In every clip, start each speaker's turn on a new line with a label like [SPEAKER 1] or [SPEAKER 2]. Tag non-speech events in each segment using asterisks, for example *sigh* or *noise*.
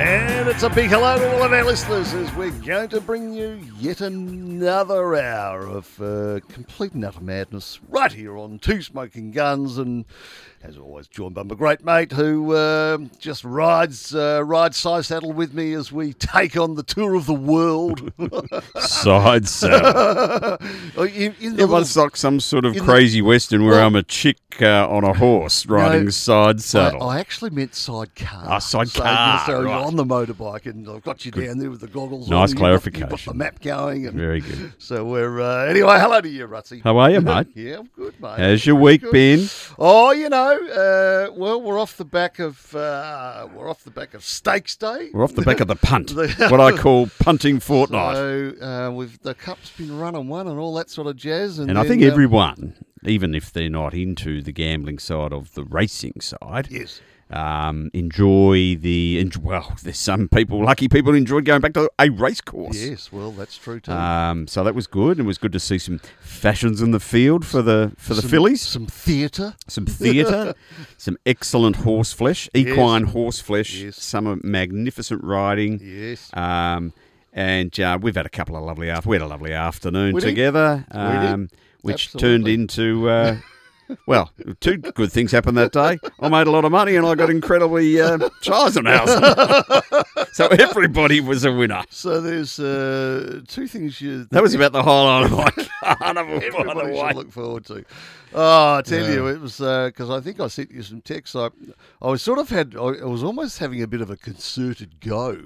[SPEAKER 1] a big hello to all of our listeners as we're going to bring you yet another hour of uh, complete and utter madness right here on Two Smoking Guns. And as always, joined by my great mate who uh, just rides uh, rides side saddle with me as we take on the tour of the
[SPEAKER 2] *laughs*
[SPEAKER 1] world. *laughs* Oh,
[SPEAKER 2] Side *laughs* saddle.
[SPEAKER 1] in, in the
[SPEAKER 2] It was
[SPEAKER 1] little-
[SPEAKER 2] like some sort of
[SPEAKER 1] in the-
[SPEAKER 2] crazy western where
[SPEAKER 1] Well-
[SPEAKER 2] I'm a chick uh, on a horse riding side saddle.
[SPEAKER 1] I, I actually meant sidecar.
[SPEAKER 2] Ah, sidecar,
[SPEAKER 1] So, you're- so you're
[SPEAKER 2] right.
[SPEAKER 1] on the motorbike, and I've got you down there with the goggles.
[SPEAKER 2] Nice
[SPEAKER 1] on. You've got- You've got the
[SPEAKER 2] clarification.
[SPEAKER 1] map going, and
[SPEAKER 2] Very *laughs* good.
[SPEAKER 1] So we're uh, anyway. Hello to you, Rutsy.
[SPEAKER 2] How
[SPEAKER 1] *laughs*
[SPEAKER 2] are you, mate?
[SPEAKER 1] Yeah, I'm good, mate.
[SPEAKER 2] How's your week
[SPEAKER 1] Good.
[SPEAKER 2] been?
[SPEAKER 1] Oh, you know, uh, well, we're off the back of uh, we're off the back of Stakes Day.
[SPEAKER 2] We're off the back of the *laughs* punt,
[SPEAKER 1] The-
[SPEAKER 2] what I call punting fortnight.
[SPEAKER 1] So uh, we've the cup's been run and won and all that sort of jazz. And,
[SPEAKER 2] and uh, I
[SPEAKER 1] then,
[SPEAKER 2] think
[SPEAKER 1] um,
[SPEAKER 2] everyone, even if they're not into the gambling side of the racing side,
[SPEAKER 1] yes,
[SPEAKER 2] um, enjoy the. enj- Well, there's some people, lucky people, who enjoyed going back to a race course.
[SPEAKER 1] yes, well, that's true too.
[SPEAKER 2] Um, so that was good, and it was good to see some fashions in the field for the for the
[SPEAKER 1] Some-
[SPEAKER 2] fillies,
[SPEAKER 1] some theatre. *laughs*
[SPEAKER 2] some theatre, some excellent horse flesh, equine horse flesh,
[SPEAKER 1] Yes.
[SPEAKER 2] some of magnificent riding,
[SPEAKER 1] Yes,
[SPEAKER 2] um, and uh, we've had a couple of lovely after. We had a lovely afternoon
[SPEAKER 1] We did.
[SPEAKER 2] together,
[SPEAKER 1] We did.
[SPEAKER 2] um, which turned
[SPEAKER 1] Absolutely.
[SPEAKER 2] into. Uh, Well, two good things happened that day. I made a lot of money and I got incredibly uh,
[SPEAKER 1] *laughs*
[SPEAKER 2] Charsenhausen. so everybody was a winner.
[SPEAKER 1] so there's uh, two things you
[SPEAKER 2] That was about the highlight of my *laughs* carnival, by the
[SPEAKER 1] Everybody
[SPEAKER 2] way.
[SPEAKER 1] should look forward to. Oh, I tell you, it was because I think I sent you some texts. I, I was sort of had, I, I was almost having a bit of a concerted go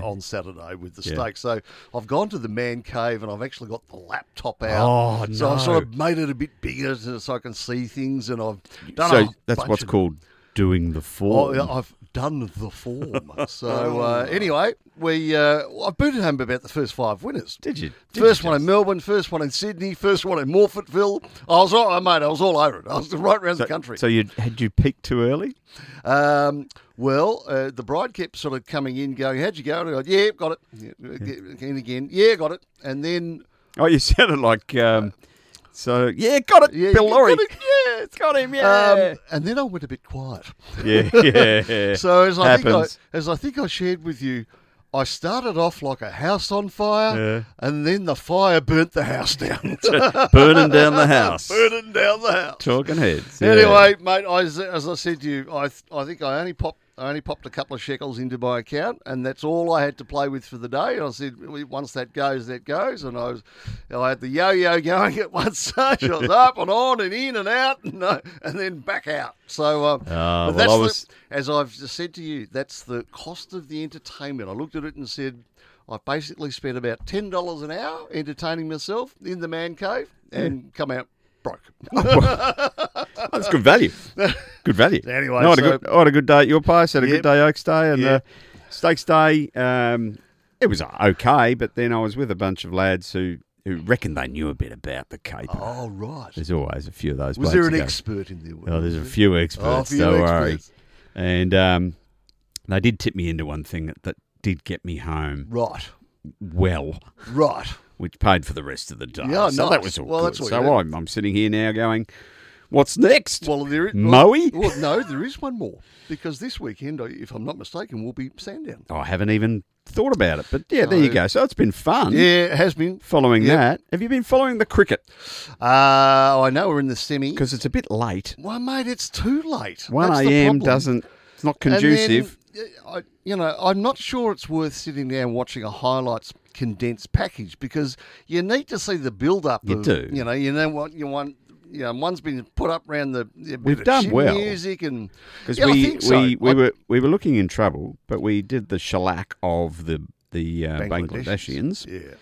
[SPEAKER 1] uh, on Saturday with the
[SPEAKER 2] Yeah.
[SPEAKER 1] stakes. So I've gone to the man cave and I've actually got the laptop
[SPEAKER 2] Oh,
[SPEAKER 1] out. so I've
[SPEAKER 2] no.
[SPEAKER 1] sort of made it a bit bigger so so I can see things, and I've done.
[SPEAKER 2] So
[SPEAKER 1] a
[SPEAKER 2] that's
[SPEAKER 1] bunch
[SPEAKER 2] what's
[SPEAKER 1] of-
[SPEAKER 2] called doing the
[SPEAKER 1] Oh,
[SPEAKER 2] form.
[SPEAKER 1] yeah, I've done the
[SPEAKER 2] *laughs*
[SPEAKER 1] form. so uh, anyway, we uh, I booted home about the first five winners.
[SPEAKER 2] Did you? Did
[SPEAKER 1] First
[SPEAKER 2] you
[SPEAKER 1] one in
[SPEAKER 2] just?
[SPEAKER 1] Melbourne, first one in Sydney, first one in Morfettville. I was all, oh, mate, I was all over it. I was *laughs* right around the country.
[SPEAKER 2] So you had you peaked too early?
[SPEAKER 1] um, well, uh, the bride kept sort of coming in, going, "How'd you go?" And I go, "Yeah, got it." Yeah, Again, again, yeah, got it. And then,
[SPEAKER 2] Oh, you *laughs* sounded like um, so. Yeah, got it,
[SPEAKER 1] yeah,
[SPEAKER 2] Bill
[SPEAKER 1] you
[SPEAKER 2] Laurie.
[SPEAKER 1] got it, yeah.
[SPEAKER 2] It's got him. Yeah,
[SPEAKER 1] *laughs* Um, and then I went a bit quiet.
[SPEAKER 2] yeah, yeah.
[SPEAKER 1] *laughs* So as I, think I,
[SPEAKER 2] Happens.
[SPEAKER 1] as I think I shared with you, I started off like a house on fire,
[SPEAKER 2] Yeah.
[SPEAKER 1] and then the fire burnt the house down, *laughs*
[SPEAKER 2] burning down the house,
[SPEAKER 1] burning down the house.
[SPEAKER 2] talking heads. yeah.
[SPEAKER 1] Anyway, mate, I, as as I said to you, I th- I think I only popped I only popped a couple of shekels into my account, and that's all I had to play with for the day. And I said, "Well, once that goes, that goes. And I was, I had the yo-yo going at one *laughs* stage. I
[SPEAKER 2] *laughs*
[SPEAKER 1] was up and on and in and out, *laughs* and, uh, and then back out. So, um,
[SPEAKER 2] Ah,
[SPEAKER 1] but
[SPEAKER 2] well,
[SPEAKER 1] that's
[SPEAKER 2] I
[SPEAKER 1] the-
[SPEAKER 2] was-
[SPEAKER 1] as I've just said to you, that's the cost of the entertainment. I looked at it and said. I basically spent about ten dollars an hour entertaining myself in the man cave and come out broke.
[SPEAKER 2] Oh, that's good value. Good value.
[SPEAKER 1] *laughs* Anyway,
[SPEAKER 2] No, I had,
[SPEAKER 1] so-
[SPEAKER 2] a good, I had a good day at your place. Had a
[SPEAKER 1] Yep.
[SPEAKER 2] good day Oaks Day and
[SPEAKER 1] Yep.
[SPEAKER 2] uh, Stakes Day. Um, it was okay, but then I was with a bunch of lads who who reckoned they knew a bit about the caper.
[SPEAKER 1] Oh right.
[SPEAKER 2] There's always a few of those.
[SPEAKER 1] Was there
[SPEAKER 2] blokes
[SPEAKER 1] an
[SPEAKER 2] who go,
[SPEAKER 1] expert in there?
[SPEAKER 2] Oh, there's a few experts.
[SPEAKER 1] Oh, a few
[SPEAKER 2] don't
[SPEAKER 1] experts.
[SPEAKER 2] worry. And um, they did tip me into one thing that, that did get me home
[SPEAKER 1] Right,
[SPEAKER 2] well,
[SPEAKER 1] right.
[SPEAKER 2] which paid for the rest of the day.
[SPEAKER 1] Yeah,
[SPEAKER 2] so
[SPEAKER 1] nice.
[SPEAKER 2] that was all
[SPEAKER 1] Well,
[SPEAKER 2] good.
[SPEAKER 1] that's all you
[SPEAKER 2] so
[SPEAKER 1] need.
[SPEAKER 2] I'm, I'm sitting here now going, what's next?
[SPEAKER 1] Well, there is well,
[SPEAKER 2] Moe?
[SPEAKER 1] well, no, there is one more because this weekend, if I'm not mistaken, will be Sandown.
[SPEAKER 2] I haven't even thought about it. But yeah, there you
[SPEAKER 1] No.
[SPEAKER 2] go. So it's been fun
[SPEAKER 1] Yeah, it has been.
[SPEAKER 2] following
[SPEAKER 1] Yep.
[SPEAKER 2] that. Have you been following the cricket?
[SPEAKER 1] Uh, I know we're in the semi.
[SPEAKER 2] Because it's a bit late.
[SPEAKER 1] Well, mate, it's too late.
[SPEAKER 2] 1
[SPEAKER 1] That's the
[SPEAKER 2] a.m.
[SPEAKER 1] problem.
[SPEAKER 2] doesn't, it's not
[SPEAKER 1] And then,
[SPEAKER 2] conducive.
[SPEAKER 1] uh, I, you know, I'm not sure it's worth sitting down watching a highlights condensed package because you need to see the build up.
[SPEAKER 2] You
[SPEAKER 1] of,
[SPEAKER 2] do.
[SPEAKER 1] You know, you know what you want. You know, one's been put up around the a bit
[SPEAKER 2] We've
[SPEAKER 1] of
[SPEAKER 2] done
[SPEAKER 1] chin
[SPEAKER 2] well.
[SPEAKER 1] music and
[SPEAKER 2] Because
[SPEAKER 1] Yeah, I
[SPEAKER 2] we,
[SPEAKER 1] think so.
[SPEAKER 2] we, we
[SPEAKER 1] I-
[SPEAKER 2] were we were looking in trouble, but we did the shellac of the the uh,
[SPEAKER 1] Bangladeshis.
[SPEAKER 2] Bangladeshians.
[SPEAKER 1] Yeah.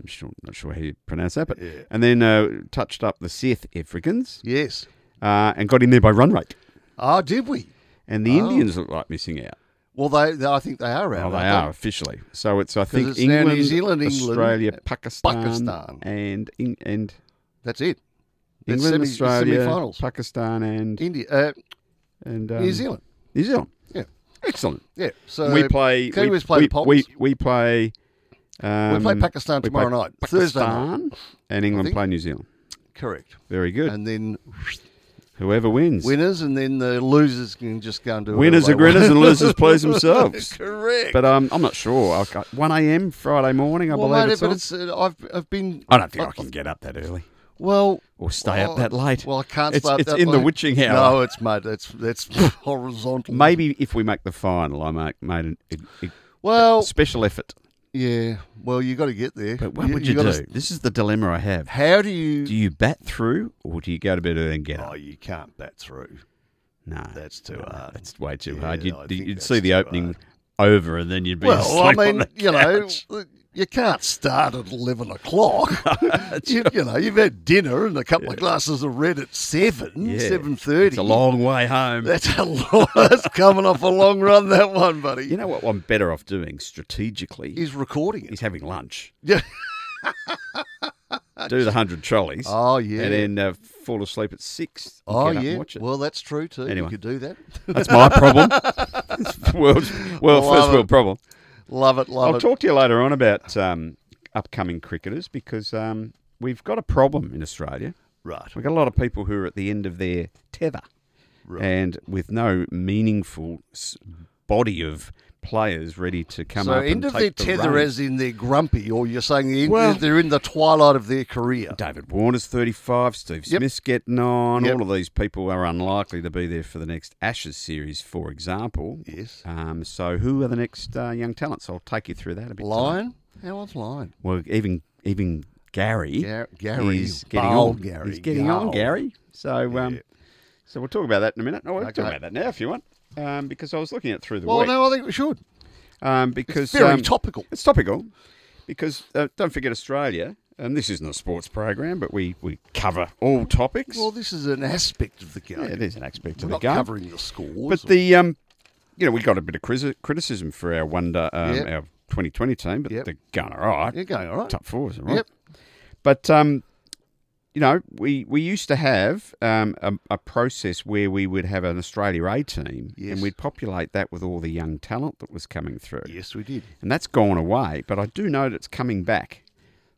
[SPEAKER 2] I'm sure, not sure how you pronounce that, but
[SPEAKER 1] Yeah.
[SPEAKER 2] and then uh, touched up the South Africans
[SPEAKER 1] Yes.
[SPEAKER 2] uh, and got in there by run rate.
[SPEAKER 1] Oh, did we?
[SPEAKER 2] And the Indians look like missing out.
[SPEAKER 1] Well, they, they I think Oh. they are out.
[SPEAKER 2] Oh, they
[SPEAKER 1] aren't
[SPEAKER 2] are officially. So it's I think
[SPEAKER 1] it's now New
[SPEAKER 2] England,
[SPEAKER 1] Zealand, England, uh,
[SPEAKER 2] Australia, Pakistan,
[SPEAKER 1] Pakistan.
[SPEAKER 2] and Eng- and
[SPEAKER 1] That's it. That's
[SPEAKER 2] England,
[SPEAKER 1] semi-
[SPEAKER 2] Australia,
[SPEAKER 1] semi-finals.
[SPEAKER 2] Pakistan, and
[SPEAKER 1] India, uh,
[SPEAKER 2] and um,
[SPEAKER 1] New Zealand.
[SPEAKER 2] New Zealand.
[SPEAKER 1] Yeah.
[SPEAKER 2] excellent.
[SPEAKER 1] Yeah. So
[SPEAKER 2] we play.
[SPEAKER 1] Kiwis
[SPEAKER 2] we,
[SPEAKER 1] play
[SPEAKER 2] we,
[SPEAKER 1] the Poms.
[SPEAKER 2] We, we play. Um,
[SPEAKER 1] we play Pakistan
[SPEAKER 2] we
[SPEAKER 1] tomorrow
[SPEAKER 2] play
[SPEAKER 1] night, Thursday night.
[SPEAKER 2] Pakistan, and England
[SPEAKER 1] think.
[SPEAKER 2] play New Zealand.
[SPEAKER 1] Correct.
[SPEAKER 2] Very good.
[SPEAKER 1] And then
[SPEAKER 2] Whoever wins.
[SPEAKER 1] Winners, and then the losers can just go and do whatever
[SPEAKER 2] Winners
[SPEAKER 1] they
[SPEAKER 2] are grinners
[SPEAKER 1] want.
[SPEAKER 2] and losers please themselves.
[SPEAKER 1] *laughs* Correct.
[SPEAKER 2] But um, I'm not sure. I'll, go- 1 a.m. Friday morning, I
[SPEAKER 1] well,
[SPEAKER 2] believe
[SPEAKER 1] mate,
[SPEAKER 2] it's
[SPEAKER 1] but
[SPEAKER 2] on.
[SPEAKER 1] it's uh, I've I've been
[SPEAKER 2] I don't think I can get up that early
[SPEAKER 1] well.
[SPEAKER 2] or stay
[SPEAKER 1] oh,
[SPEAKER 2] up that late.
[SPEAKER 1] Well, I can't
[SPEAKER 2] It's-
[SPEAKER 1] stay up
[SPEAKER 2] it's
[SPEAKER 1] that
[SPEAKER 2] in the
[SPEAKER 1] late.
[SPEAKER 2] witching hour.
[SPEAKER 1] No, it's mate. That's that's *laughs* horizontal.
[SPEAKER 2] Maybe if we make the final, I make made an, a, a
[SPEAKER 1] Well,
[SPEAKER 2] special effort.
[SPEAKER 1] yeah. Well, you got to get there.
[SPEAKER 2] But what would you, do?
[SPEAKER 1] gotta-
[SPEAKER 2] This is the dilemma I have.
[SPEAKER 1] How do you?
[SPEAKER 2] Do you bat through or do you go to bed early and get
[SPEAKER 1] Oh,
[SPEAKER 2] up?
[SPEAKER 1] you can't bat through.
[SPEAKER 2] No,
[SPEAKER 1] That's too
[SPEAKER 2] no, no,
[SPEAKER 1] hard.
[SPEAKER 2] That's way too
[SPEAKER 1] Yeah,
[SPEAKER 2] hard.
[SPEAKER 1] I
[SPEAKER 2] You'd,
[SPEAKER 1] think
[SPEAKER 2] you'd
[SPEAKER 1] that's
[SPEAKER 2] see the
[SPEAKER 1] too
[SPEAKER 2] opening over and then you'd be
[SPEAKER 1] Well, I
[SPEAKER 2] asleep on
[SPEAKER 1] mean,
[SPEAKER 2] the
[SPEAKER 1] you know, uh,
[SPEAKER 2] couch.
[SPEAKER 1] you can't start at eleven
[SPEAKER 2] *laughs*
[SPEAKER 1] o'clock. you, you know, you've had dinner and a couple of glasses of red at seven,
[SPEAKER 2] Yeah.
[SPEAKER 1] seven thirty.
[SPEAKER 2] It's a long way home.
[SPEAKER 1] *laughs* That's a long. *laughs* That's coming off a long run. That one, buddy.
[SPEAKER 2] You know what I'm better off doing strategically
[SPEAKER 1] He's recording it.
[SPEAKER 2] is having lunch.
[SPEAKER 1] Yeah.
[SPEAKER 2] Do the hundred trolleys.
[SPEAKER 1] Oh yeah.
[SPEAKER 2] And then uh, fall asleep at six. and
[SPEAKER 1] oh
[SPEAKER 2] get up and
[SPEAKER 1] yeah.
[SPEAKER 2] watch it.
[SPEAKER 1] Well, that's true too.
[SPEAKER 2] Anyway.
[SPEAKER 1] You could do that.
[SPEAKER 2] *laughs*
[SPEAKER 1] *laughs*
[SPEAKER 2] That's my problem. It's world's- well,
[SPEAKER 1] Love
[SPEAKER 2] first
[SPEAKER 1] it.
[SPEAKER 2] world problem.
[SPEAKER 1] love it. Love
[SPEAKER 2] I'll
[SPEAKER 1] it.
[SPEAKER 2] talk to you later on about um, upcoming cricketers because um, we've got a problem in Australia.
[SPEAKER 1] right.
[SPEAKER 2] We've got a lot of people who are at the end of their tether
[SPEAKER 1] Right.
[SPEAKER 2] and with no meaningful s- body of players ready to come
[SPEAKER 1] So
[SPEAKER 2] up
[SPEAKER 1] end
[SPEAKER 2] and
[SPEAKER 1] of their
[SPEAKER 2] take the
[SPEAKER 1] tether,
[SPEAKER 2] reins.
[SPEAKER 1] as in they're grumpy, or you're saying they're in,
[SPEAKER 2] Well-
[SPEAKER 1] they're in the twilight of their
[SPEAKER 2] *laughs*
[SPEAKER 1] career.
[SPEAKER 2] David Warner's 35, Steve
[SPEAKER 1] Yep.
[SPEAKER 2] Smith's getting on.
[SPEAKER 1] Yep.
[SPEAKER 2] All of these people are unlikely to be there for the next Ashes series, for example.
[SPEAKER 1] Yes.
[SPEAKER 2] Um, so, who are the next uh, young talents? I'll take you through that a bit. tonight.
[SPEAKER 1] Lion. How old's Lion?
[SPEAKER 2] Well, even even Gary,
[SPEAKER 1] Gar- Gary.
[SPEAKER 2] is getting
[SPEAKER 1] Bold
[SPEAKER 2] on.
[SPEAKER 1] Gary.
[SPEAKER 2] He's getting on,
[SPEAKER 1] Gold.
[SPEAKER 2] Gary. So, um,
[SPEAKER 1] Yeah.
[SPEAKER 2] so we'll talk about that in a minute. Oh, we can
[SPEAKER 1] Okay.
[SPEAKER 2] talk about that now if you want, um, because I was looking at it through the
[SPEAKER 1] Well,
[SPEAKER 2] week.
[SPEAKER 1] no, I think we should.
[SPEAKER 2] um, because
[SPEAKER 1] Very
[SPEAKER 2] um,
[SPEAKER 1] topical.
[SPEAKER 2] it's topical. Because uh, don't forget Australia, and this isn't a sports program, but we we cover all topics.
[SPEAKER 1] Well, this is an aspect of the game.
[SPEAKER 2] yeah, it is an aspect
[SPEAKER 1] We're
[SPEAKER 2] of the
[SPEAKER 1] not
[SPEAKER 2] game.
[SPEAKER 1] covering the scores.
[SPEAKER 2] But the um, you know, we got a bit of crisi- criticism for our wonder um,
[SPEAKER 1] Yep.
[SPEAKER 2] our 2020 team, but
[SPEAKER 1] Yep.
[SPEAKER 2] they're going all right.
[SPEAKER 1] you're going all right.
[SPEAKER 2] Top four, is it right?
[SPEAKER 1] Yep.
[SPEAKER 2] But um, you know, we we used to have um, a, a process where we would have an Australia A team,
[SPEAKER 1] Yes.
[SPEAKER 2] and we'd populate that with all the young talent that was coming through,
[SPEAKER 1] Yes, we did.
[SPEAKER 2] and that's gone away. But I do know that it's coming back.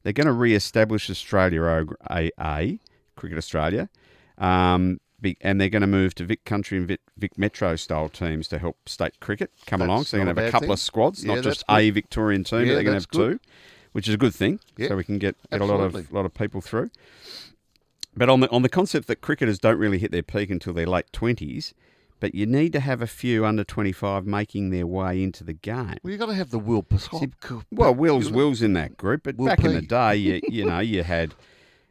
[SPEAKER 2] They're going to re-establish Australia O- A, A Cricket Australia, um, be, and they're going to move to Vic Country and Vic, Vic Metro style teams to help state cricket come along.
[SPEAKER 1] That's
[SPEAKER 2] So they're
[SPEAKER 1] not a
[SPEAKER 2] going to have a
[SPEAKER 1] bad
[SPEAKER 2] couple
[SPEAKER 1] thing.
[SPEAKER 2] of squads,
[SPEAKER 1] Yeah,
[SPEAKER 2] not just
[SPEAKER 1] that's good.
[SPEAKER 2] a Victorian team,
[SPEAKER 1] Yeah,
[SPEAKER 2] but they're going
[SPEAKER 1] that's
[SPEAKER 2] to have
[SPEAKER 1] good.
[SPEAKER 2] two which is a good thing.
[SPEAKER 1] Yeah,
[SPEAKER 2] So we can get, get a lot of
[SPEAKER 1] absolutely.
[SPEAKER 2] lot of people through. But on the on the concept that cricketers don't really hit their peak until their late twenties, but you need to have a few under twenty five making their way into the game.
[SPEAKER 1] Well, you got to have the will. Pascal.
[SPEAKER 2] Well, Will's Will's in that group, but
[SPEAKER 1] Will
[SPEAKER 2] back in the
[SPEAKER 1] P. *laughs*
[SPEAKER 2] day, you, you know, you had.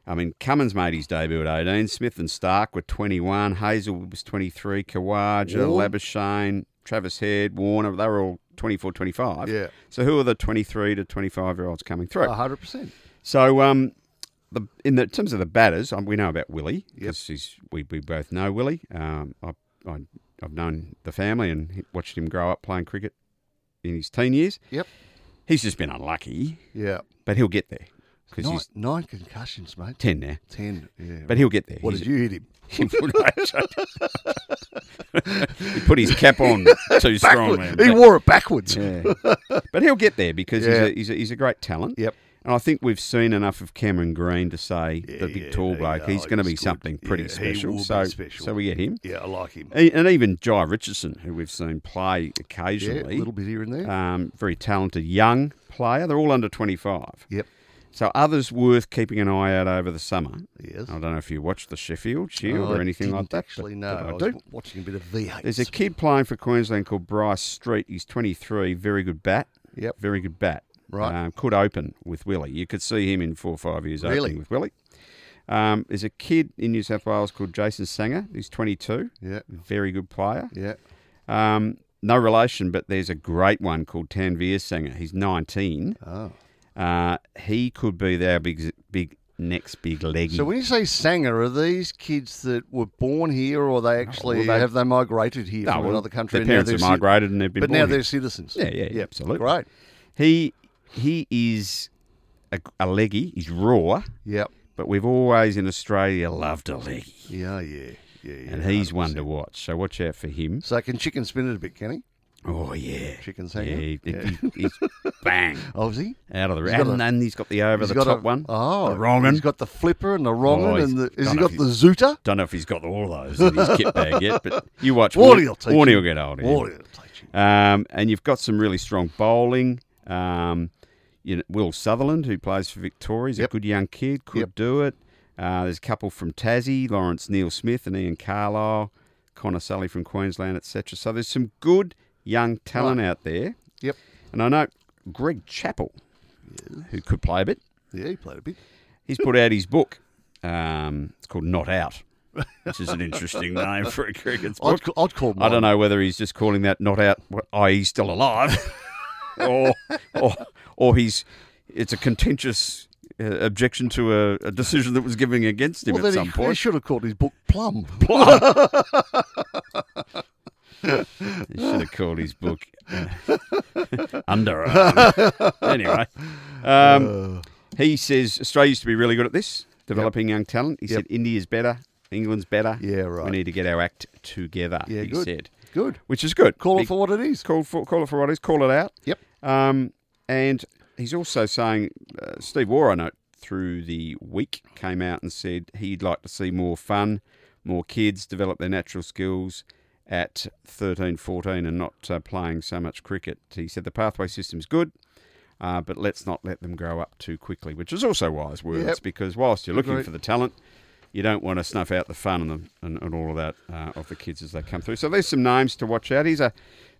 [SPEAKER 2] I mean, Cummins made his debut at 18. Smith and Stark were 21. Hazelwood was 23. Kawaja,
[SPEAKER 1] Warne.
[SPEAKER 2] Labuschagne, Travis Head, Warner, they were all 24, 25.
[SPEAKER 1] Yeah. Uh-huh.
[SPEAKER 2] So who are the 23 to 25 year olds coming through?
[SPEAKER 1] hundred percent.
[SPEAKER 2] So, um, the in the in terms of the batters, um, we know about Willie because he's we, we both know Willie. Um, I, I I've known the family and he- watched him grow up playing cricket in his teen years.
[SPEAKER 1] Yep.
[SPEAKER 2] He's just been unlucky,
[SPEAKER 1] Yeah.
[SPEAKER 2] but he'll get there because
[SPEAKER 1] Nine,
[SPEAKER 2] he's
[SPEAKER 1] nine concussions, mate.
[SPEAKER 2] ten now.
[SPEAKER 1] Ten. Yeah.
[SPEAKER 2] But he'll get there.
[SPEAKER 1] what
[SPEAKER 2] He's-
[SPEAKER 1] did you hit him?
[SPEAKER 2] he put his
[SPEAKER 1] *laughs*
[SPEAKER 2] cap on too strongly.
[SPEAKER 1] Backward- he wore it backwards.
[SPEAKER 2] Yeah. *laughs* but he'll get there because
[SPEAKER 1] Yeah.
[SPEAKER 2] he's, a, he's, a, he's a great talent.
[SPEAKER 1] Yep.
[SPEAKER 2] And I think we've seen enough of Cameron Green to say
[SPEAKER 1] Yeah,
[SPEAKER 2] the big
[SPEAKER 1] yeah,
[SPEAKER 2] tall
[SPEAKER 1] they
[SPEAKER 2] bloke,
[SPEAKER 1] know
[SPEAKER 2] he's going to be
[SPEAKER 1] he's good.
[SPEAKER 2] something pretty
[SPEAKER 1] Yeah, he
[SPEAKER 2] special.
[SPEAKER 1] will be
[SPEAKER 2] so,
[SPEAKER 1] special.
[SPEAKER 2] so we get him.
[SPEAKER 1] Yeah, I like him.
[SPEAKER 2] E- And even Jai Richardson, who we've seen play
[SPEAKER 1] Yeah, a
[SPEAKER 2] occasionally,
[SPEAKER 1] little bit here and there.
[SPEAKER 2] um, very talented young player. They're all under 25.
[SPEAKER 1] yep.
[SPEAKER 2] So others worth keeping an eye out over the summer.
[SPEAKER 1] Yes.
[SPEAKER 2] I don't know if you watch the Sheffield Shield
[SPEAKER 1] Oh,
[SPEAKER 2] or
[SPEAKER 1] I
[SPEAKER 2] anything like
[SPEAKER 1] didn't
[SPEAKER 2] that. but-
[SPEAKER 1] Actually,
[SPEAKER 2] but
[SPEAKER 1] no. I,
[SPEAKER 2] I
[SPEAKER 1] was
[SPEAKER 2] do.
[SPEAKER 1] w- watching a bit of V8.
[SPEAKER 2] There's a kid playing for Queensland called Bryce Street. He's 23, very good bat.
[SPEAKER 1] Yep.
[SPEAKER 2] Very good bat.
[SPEAKER 1] Right.
[SPEAKER 2] Um, could open with Willie. You could see him in four or five years
[SPEAKER 1] Really?
[SPEAKER 2] opening with Willie. Um, there's a kid in New South Wales called Jason Sanger. He's 22.
[SPEAKER 1] Yeah.
[SPEAKER 2] Very good player.
[SPEAKER 1] Yeah.
[SPEAKER 2] Um, no relation, but there's a great one called Tanvir Sanger. He's 19.
[SPEAKER 1] Oh.
[SPEAKER 2] Uh, he could be their big, big next big leggy.
[SPEAKER 1] So when you say Sanger, are these kids that were born here, or they actually
[SPEAKER 2] they-
[SPEAKER 1] have they migrated here
[SPEAKER 2] No,
[SPEAKER 1] from
[SPEAKER 2] well,
[SPEAKER 1] another country?
[SPEAKER 2] Their
[SPEAKER 1] and now
[SPEAKER 2] parents
[SPEAKER 1] they're
[SPEAKER 2] have
[SPEAKER 1] ci-
[SPEAKER 2] migrated and they've been
[SPEAKER 1] but
[SPEAKER 2] born
[SPEAKER 1] now
[SPEAKER 2] here.
[SPEAKER 1] they're citizens.
[SPEAKER 2] Yeah, yeah, yeah, absolutely.
[SPEAKER 1] Great.
[SPEAKER 2] He he is a, a leggy. He's raw,
[SPEAKER 1] Yep.
[SPEAKER 2] but we've always in Australia loved a leggy,
[SPEAKER 1] Yeah, yeah, yeah. yeah
[SPEAKER 2] and he's one
[SPEAKER 1] 100%.
[SPEAKER 2] to watch. So watch out for him.
[SPEAKER 1] So can chicken spin it a bit, can he?
[SPEAKER 2] Oh yeah,
[SPEAKER 1] Chicken
[SPEAKER 2] yeah,
[SPEAKER 1] Sanger.
[SPEAKER 2] he- he- he's bang
[SPEAKER 1] Oh, is he?
[SPEAKER 2] out of the.
[SPEAKER 1] *laughs* He's got
[SPEAKER 2] and
[SPEAKER 1] a-
[SPEAKER 2] then he's got the over
[SPEAKER 1] He's
[SPEAKER 2] the
[SPEAKER 1] got
[SPEAKER 2] top
[SPEAKER 1] a,
[SPEAKER 2] one.
[SPEAKER 1] Oh,
[SPEAKER 2] the wrong one.
[SPEAKER 1] He's got the flipper and the wrong
[SPEAKER 2] Oh,
[SPEAKER 1] one,
[SPEAKER 2] he's
[SPEAKER 1] and the, has
[SPEAKER 2] gone
[SPEAKER 1] he
[SPEAKER 2] off
[SPEAKER 1] got the
[SPEAKER 2] his-
[SPEAKER 1] zooter?
[SPEAKER 2] Don't know if he's got all those in his kit bag yet, but you watch.
[SPEAKER 1] Warnie will teach
[SPEAKER 2] Warnie
[SPEAKER 1] you.
[SPEAKER 2] will get old.
[SPEAKER 1] Warnie will teach you.
[SPEAKER 2] Um, and you've got some really strong bowling. Um, you know, Will Sutherland, who plays for Victoria, is
[SPEAKER 1] Yep.
[SPEAKER 2] a good young kid, could
[SPEAKER 1] Yep.
[SPEAKER 2] do it. Uh, there's a couple from Tassie, Lawrence Neil Smith and Ian Carlisle, Connor Sully from Queensland, etc. So there's some good young talent out there.
[SPEAKER 1] Yep.
[SPEAKER 2] And I know Greg Chappell, who could play a bit,
[SPEAKER 1] Yeah, he played a bit.
[SPEAKER 2] he's put out his book. Um, it's called Not Out, which is
[SPEAKER 1] *laughs*
[SPEAKER 2] an interesting name for a cricket's book.
[SPEAKER 1] I'd, ca- I'd call. Mine.
[SPEAKER 2] I don't know whether he's just calling that not out, what- i.e., he's still alive, *laughs* or, or or he's it's a contentious uh, objection to a, a decision that was given against him
[SPEAKER 1] Well, then
[SPEAKER 2] at some
[SPEAKER 1] he, he
[SPEAKER 2] point.
[SPEAKER 1] should have called his book
[SPEAKER 2] *laughs*
[SPEAKER 1] Plum.
[SPEAKER 2] He
[SPEAKER 1] *laughs*
[SPEAKER 2] should have called his book uh, Underarm. anyway,
[SPEAKER 1] Uh.
[SPEAKER 2] um, he says Australia used to be really good at this, developing young talent. He
[SPEAKER 1] Yep.
[SPEAKER 2] said India's better, England's better.
[SPEAKER 1] Yeah, right.
[SPEAKER 2] We need to get our act together.
[SPEAKER 1] Yeah,
[SPEAKER 2] he
[SPEAKER 1] good.
[SPEAKER 2] said,
[SPEAKER 1] Good.
[SPEAKER 2] which is good.
[SPEAKER 1] Call
[SPEAKER 2] Be-
[SPEAKER 1] it for what it is.
[SPEAKER 2] call for call it for what it is, call it out.
[SPEAKER 1] Yep.
[SPEAKER 2] Um, and he's also saying uh, Steve War, I know, through the week came out and said he'd like to see more fun, more kids develop their natural skills at 13, 14 and not uh, playing so much cricket. He said the pathway system's good. Uh, but let's not let them grow up too quickly, which is also wise words
[SPEAKER 1] Yep.
[SPEAKER 2] because whilst you're looking
[SPEAKER 1] Agreed.
[SPEAKER 2] for the talent, you don't want to snuff out the fun and, the, and, and all of that uh, of the kids as they come through. So there's some names to watch out. He's a,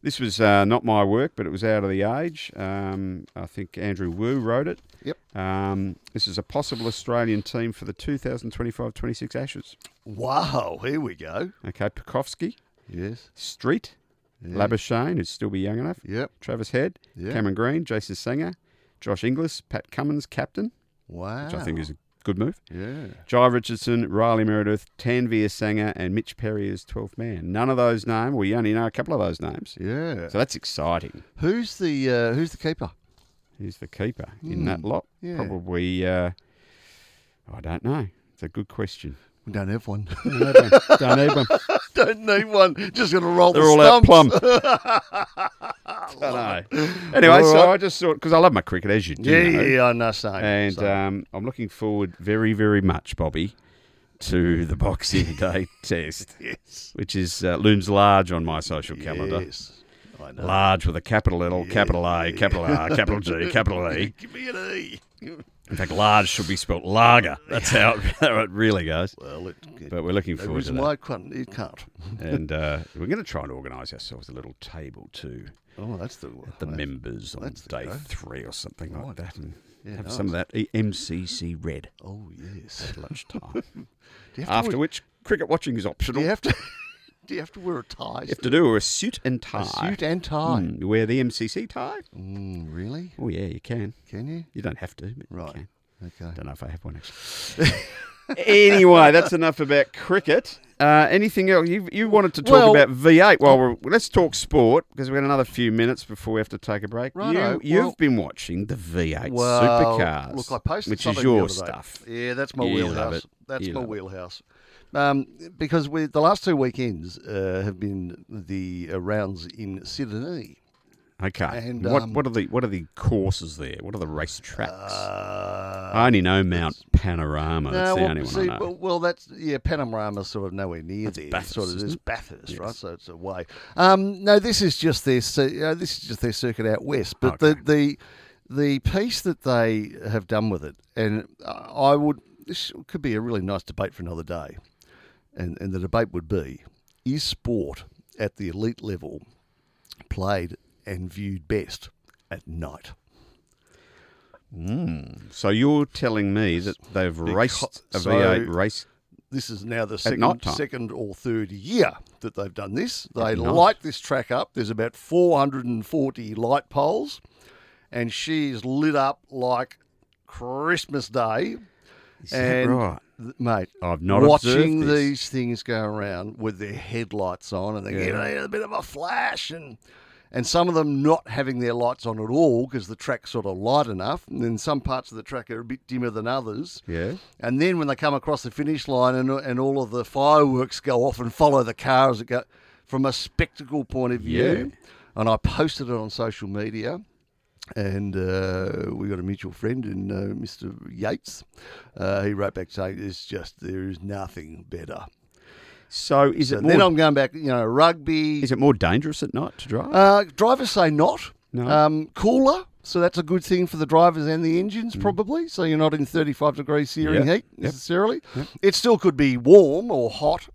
[SPEAKER 2] this was uh, not my work, but it was out of the age. Um, I think Andrew Wu wrote it.
[SPEAKER 1] Yep.
[SPEAKER 2] Um, this is a possible Australian team for the 2025-26 Ashes.
[SPEAKER 1] Wow. Here we go.
[SPEAKER 2] Okay, Pekowski,
[SPEAKER 1] Yes.
[SPEAKER 2] Street, Labuschagne, who'd still be young enough,
[SPEAKER 1] Yep.
[SPEAKER 2] Travis Head,
[SPEAKER 1] Yeah.
[SPEAKER 2] Cameron Green, Jason Singer, Josh Inglis, Pat Cummins, captain,
[SPEAKER 1] Wow.
[SPEAKER 2] which I think is a good move.
[SPEAKER 1] Yeah.
[SPEAKER 2] Jai Richardson, Riley Meredith, Tanvir Sanger, and Mitch Perry as 12th man. None of those names. Well, you only know a couple of those names.
[SPEAKER 1] Yeah.
[SPEAKER 2] So that's exciting.
[SPEAKER 1] who's the uh, Who's the keeper?
[SPEAKER 2] Who's the keeper in that lot?
[SPEAKER 1] yeah.
[SPEAKER 2] Probably, uh, I don't know. It's a good question.
[SPEAKER 1] We don't have one.
[SPEAKER 2] *laughs*
[SPEAKER 1] *laughs*
[SPEAKER 2] Don't need one. Don't need one.
[SPEAKER 1] don't need one. Just gonna roll
[SPEAKER 2] *laughs* They're
[SPEAKER 1] the
[SPEAKER 2] all out
[SPEAKER 1] stumps.
[SPEAKER 2] plumb. *laughs* I know. Anyway,
[SPEAKER 1] All
[SPEAKER 2] so
[SPEAKER 1] right.
[SPEAKER 2] I just thought, because I love my cricket, as you do.
[SPEAKER 1] Yeah,
[SPEAKER 2] know.
[SPEAKER 1] yeah, yeah, I know. Same.
[SPEAKER 2] And
[SPEAKER 1] same.
[SPEAKER 2] um, I'm looking forward very, very much, Bobby, to the Boxing *laughs* Day test,
[SPEAKER 1] yes.
[SPEAKER 2] which is uh, looms large on my social calendar.
[SPEAKER 1] Yes. uh, I know.
[SPEAKER 2] Large with a capital L, capital A, capital R,
[SPEAKER 1] *laughs*
[SPEAKER 2] capital G, capital E.
[SPEAKER 1] Give me an E. *laughs*
[SPEAKER 2] In fact, large should be spelt lager. That's how it, *laughs* how it really goes.
[SPEAKER 1] Well, it, it,
[SPEAKER 2] But we're looking
[SPEAKER 1] the
[SPEAKER 2] forward to
[SPEAKER 1] reason
[SPEAKER 2] that.
[SPEAKER 1] why it can't, it can't.
[SPEAKER 2] And uh, we're going to try and organise ourselves a little table too.
[SPEAKER 1] Oh, that's the
[SPEAKER 2] The
[SPEAKER 1] that's-
[SPEAKER 2] members on
[SPEAKER 1] that's the
[SPEAKER 2] day
[SPEAKER 1] go.
[SPEAKER 2] three or something like that. And
[SPEAKER 1] Yeah,
[SPEAKER 2] have
[SPEAKER 1] nice.
[SPEAKER 2] some of that E- MCC red
[SPEAKER 1] Oh yes.
[SPEAKER 2] at lunchtime.
[SPEAKER 1] Do *laughs* you have
[SPEAKER 2] After
[SPEAKER 1] to wear,
[SPEAKER 2] which, cricket watching is optional.
[SPEAKER 1] do you have to *laughs* do you have to wear a tie?
[SPEAKER 2] You have to do a suit and tie. Hmm.
[SPEAKER 1] a suit and tie.
[SPEAKER 2] Mm, you wear the MCC tie?
[SPEAKER 1] Mm, really?
[SPEAKER 2] Oh, yeah, you can.
[SPEAKER 1] Can you?
[SPEAKER 2] You don't have to, but you
[SPEAKER 1] Right.
[SPEAKER 2] can.
[SPEAKER 1] Okay.
[SPEAKER 2] Don't know if I have one actually. anyway, that's enough about cricket. Uh, anything else you you wanted to talk
[SPEAKER 1] Well-
[SPEAKER 2] about V8? Well, we're, let's talk sport because we've got another few minutes before we have to take a break.
[SPEAKER 1] Righto,
[SPEAKER 2] you, you've
[SPEAKER 1] well-
[SPEAKER 2] been watching the V8
[SPEAKER 1] Well,
[SPEAKER 2] supercars,
[SPEAKER 1] Look, I posted
[SPEAKER 2] which is
[SPEAKER 1] something
[SPEAKER 2] your
[SPEAKER 1] the other day.
[SPEAKER 2] stuff.
[SPEAKER 1] Yeah, that's my
[SPEAKER 2] You love
[SPEAKER 1] wheelhouse.
[SPEAKER 2] it.
[SPEAKER 1] That's
[SPEAKER 2] You
[SPEAKER 1] my
[SPEAKER 2] love it.
[SPEAKER 1] wheelhouse. Um, because we the last two weekends uh, have been the uh, rounds in Sydney.
[SPEAKER 2] Okay,
[SPEAKER 1] And,
[SPEAKER 2] what
[SPEAKER 1] um,
[SPEAKER 2] what are the what are the courses there? What are the race tracks?
[SPEAKER 1] Uh,
[SPEAKER 2] I only know Mount Panorama. That's the
[SPEAKER 1] well,
[SPEAKER 2] only one
[SPEAKER 1] see,
[SPEAKER 2] I know.
[SPEAKER 1] well, well, that's yeah. Panorama sort of nowhere near there.
[SPEAKER 2] Bathurst,
[SPEAKER 1] sort of
[SPEAKER 2] isn't
[SPEAKER 1] it's
[SPEAKER 2] it?
[SPEAKER 1] Bathurst, right?
[SPEAKER 2] Yes.
[SPEAKER 1] So it's away. Um, no, this is just their ci- uh, this is just their circuit out west. But
[SPEAKER 2] Okay.
[SPEAKER 1] the the the piece that they have done with it, and I would this could be a really nice debate for another day, and and the debate would be: is sport at the elite level played and viewed best at night?
[SPEAKER 2] so you're telling me that they've raced a
[SPEAKER 1] so-
[SPEAKER 2] V8 race
[SPEAKER 1] this is now the second,
[SPEAKER 2] nighttime.
[SPEAKER 1] second or third year that they've done this. They
[SPEAKER 2] At night.
[SPEAKER 1] light this track up. There's about 440 light poles, and she's lit up like Christmas Day.
[SPEAKER 2] Is that
[SPEAKER 1] and
[SPEAKER 2] right?
[SPEAKER 1] th- mate,
[SPEAKER 2] I've not
[SPEAKER 1] watching
[SPEAKER 2] observed this.
[SPEAKER 1] these things go around with their headlights on, and they get
[SPEAKER 2] Yeah.
[SPEAKER 1] a bit of a flash and. And some of them not having their lights on at all because the track's sort of light enough. And then some parts of the track are a bit dimmer than others.
[SPEAKER 2] Yeah.
[SPEAKER 1] And then when they come across the finish line and, and all of the fireworks go off and follow the car as it go, from a spectacle point of view, and I posted it on social media. And uh, we got a mutual friend in uh, Mr. Yates. Uh, he wrote back saying, "There's just there is nothing better."
[SPEAKER 2] So is
[SPEAKER 1] So
[SPEAKER 2] it
[SPEAKER 1] then
[SPEAKER 2] more,
[SPEAKER 1] I'm going back, you know, rugby.
[SPEAKER 2] is it more dangerous at night to drive?
[SPEAKER 1] Uh, drivers say not.
[SPEAKER 2] No.
[SPEAKER 1] Um, cooler, so that's a good thing for the drivers and the engines, probably. So you're not in 35 degree searing
[SPEAKER 2] Mm. Yeah.
[SPEAKER 1] heat necessarily. It still could be warm or hot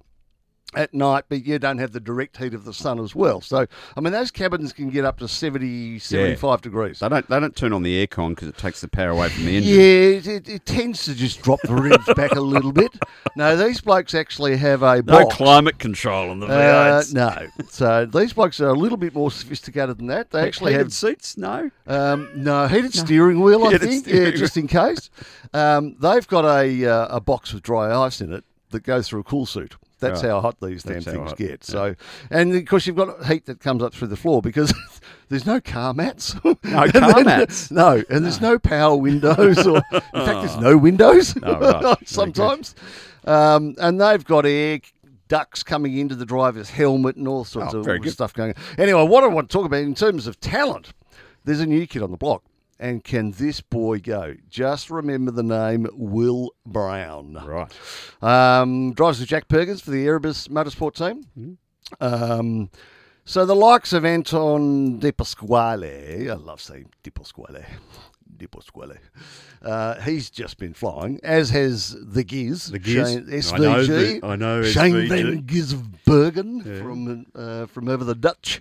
[SPEAKER 1] at night, but you don't have the direct heat of the sun as well. So, I mean, those cabins can get up to 70, 75 degrees.
[SPEAKER 2] they don't they don't turn on the aircon because it takes the power away from the engine.
[SPEAKER 1] Yeah, it, it, it tends to just drop the
[SPEAKER 2] *laughs*
[SPEAKER 1] ribs back a little bit. No, these blokes actually have a
[SPEAKER 2] No
[SPEAKER 1] box.
[SPEAKER 2] climate control on the
[SPEAKER 1] Uh,
[SPEAKER 2] V8s.
[SPEAKER 1] no, so these blokes are a little bit more sophisticated than that. They actually
[SPEAKER 2] Heated
[SPEAKER 1] have
[SPEAKER 2] seats? No.
[SPEAKER 1] Um, no, heated steering wheel, I
[SPEAKER 2] Heated
[SPEAKER 1] think,
[SPEAKER 2] steering
[SPEAKER 1] yeah,
[SPEAKER 2] wheel.
[SPEAKER 1] just in case. Um, they've got a uh, a box with dry ice in it that goes through a cool suit. That's
[SPEAKER 2] Right.
[SPEAKER 1] how hot these damn
[SPEAKER 2] That's how
[SPEAKER 1] things
[SPEAKER 2] hot,
[SPEAKER 1] get. So, and of course you've got heat that comes up through the floor because *laughs* there's no car mats. *laughs* No
[SPEAKER 2] car
[SPEAKER 1] *laughs*
[SPEAKER 2] mats.
[SPEAKER 1] No, and there's no power windows,
[SPEAKER 2] *laughs*
[SPEAKER 1] or in fact, there's no windows
[SPEAKER 2] Oh,
[SPEAKER 1] *laughs*
[SPEAKER 2] right. Very good.
[SPEAKER 1] sometimes. Um, and they've got air ducts coming into the driver's helmet and all sorts
[SPEAKER 2] Oh,
[SPEAKER 1] of
[SPEAKER 2] very good.
[SPEAKER 1] stuff going on. Anyway, what I want to talk about in terms of talent, there's a new kid on the block. And can this boy go? Just remember the name Will Brown.
[SPEAKER 2] Right.
[SPEAKER 1] Um, drives with Jack Perkins for the Erebus Motorsport team.
[SPEAKER 3] Mm-hmm.
[SPEAKER 1] Um, so the likes of Anton De Pasquale, I love saying De Pasquale, De Pasquale. Uh, he's just been flying, as has the Giz, the
[SPEAKER 2] Giz.
[SPEAKER 1] Shane, SVG,
[SPEAKER 3] I know the- I know
[SPEAKER 1] Shane
[SPEAKER 3] SVG.
[SPEAKER 1] van Gisbergen from uh, from over the Dutch.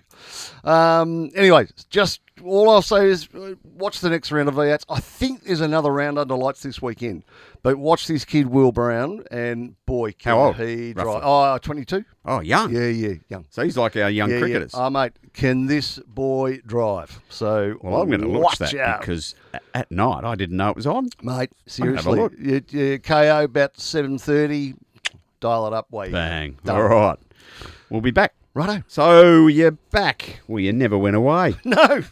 [SPEAKER 1] Um, anyway, just all I'll say is uh, watch the next round of V8s. I think there's another round under lights this weekend, but watch this kid Will Brown, and boy, can
[SPEAKER 2] How old,
[SPEAKER 1] he
[SPEAKER 2] roughly?
[SPEAKER 1] drive? Oh, 22?
[SPEAKER 2] Oh, young.
[SPEAKER 1] Yeah, yeah, young.
[SPEAKER 2] So he's like our young
[SPEAKER 1] Yeah,
[SPEAKER 2] cricketers.
[SPEAKER 1] Yeah. Oh, mate, can this boy drive? So
[SPEAKER 2] Well, I'm going to watch that
[SPEAKER 1] out,
[SPEAKER 2] because a- at night I didn't know it was on.
[SPEAKER 1] mate.
[SPEAKER 2] gonna have a
[SPEAKER 1] Seriously, you, you KO about seven thirty. Dial it up, way
[SPEAKER 2] Bang.
[SPEAKER 1] Done.
[SPEAKER 2] All right. We'll be back.
[SPEAKER 1] righto. *laughs*
[SPEAKER 2] So you're back. Well, you never went away.
[SPEAKER 1] No,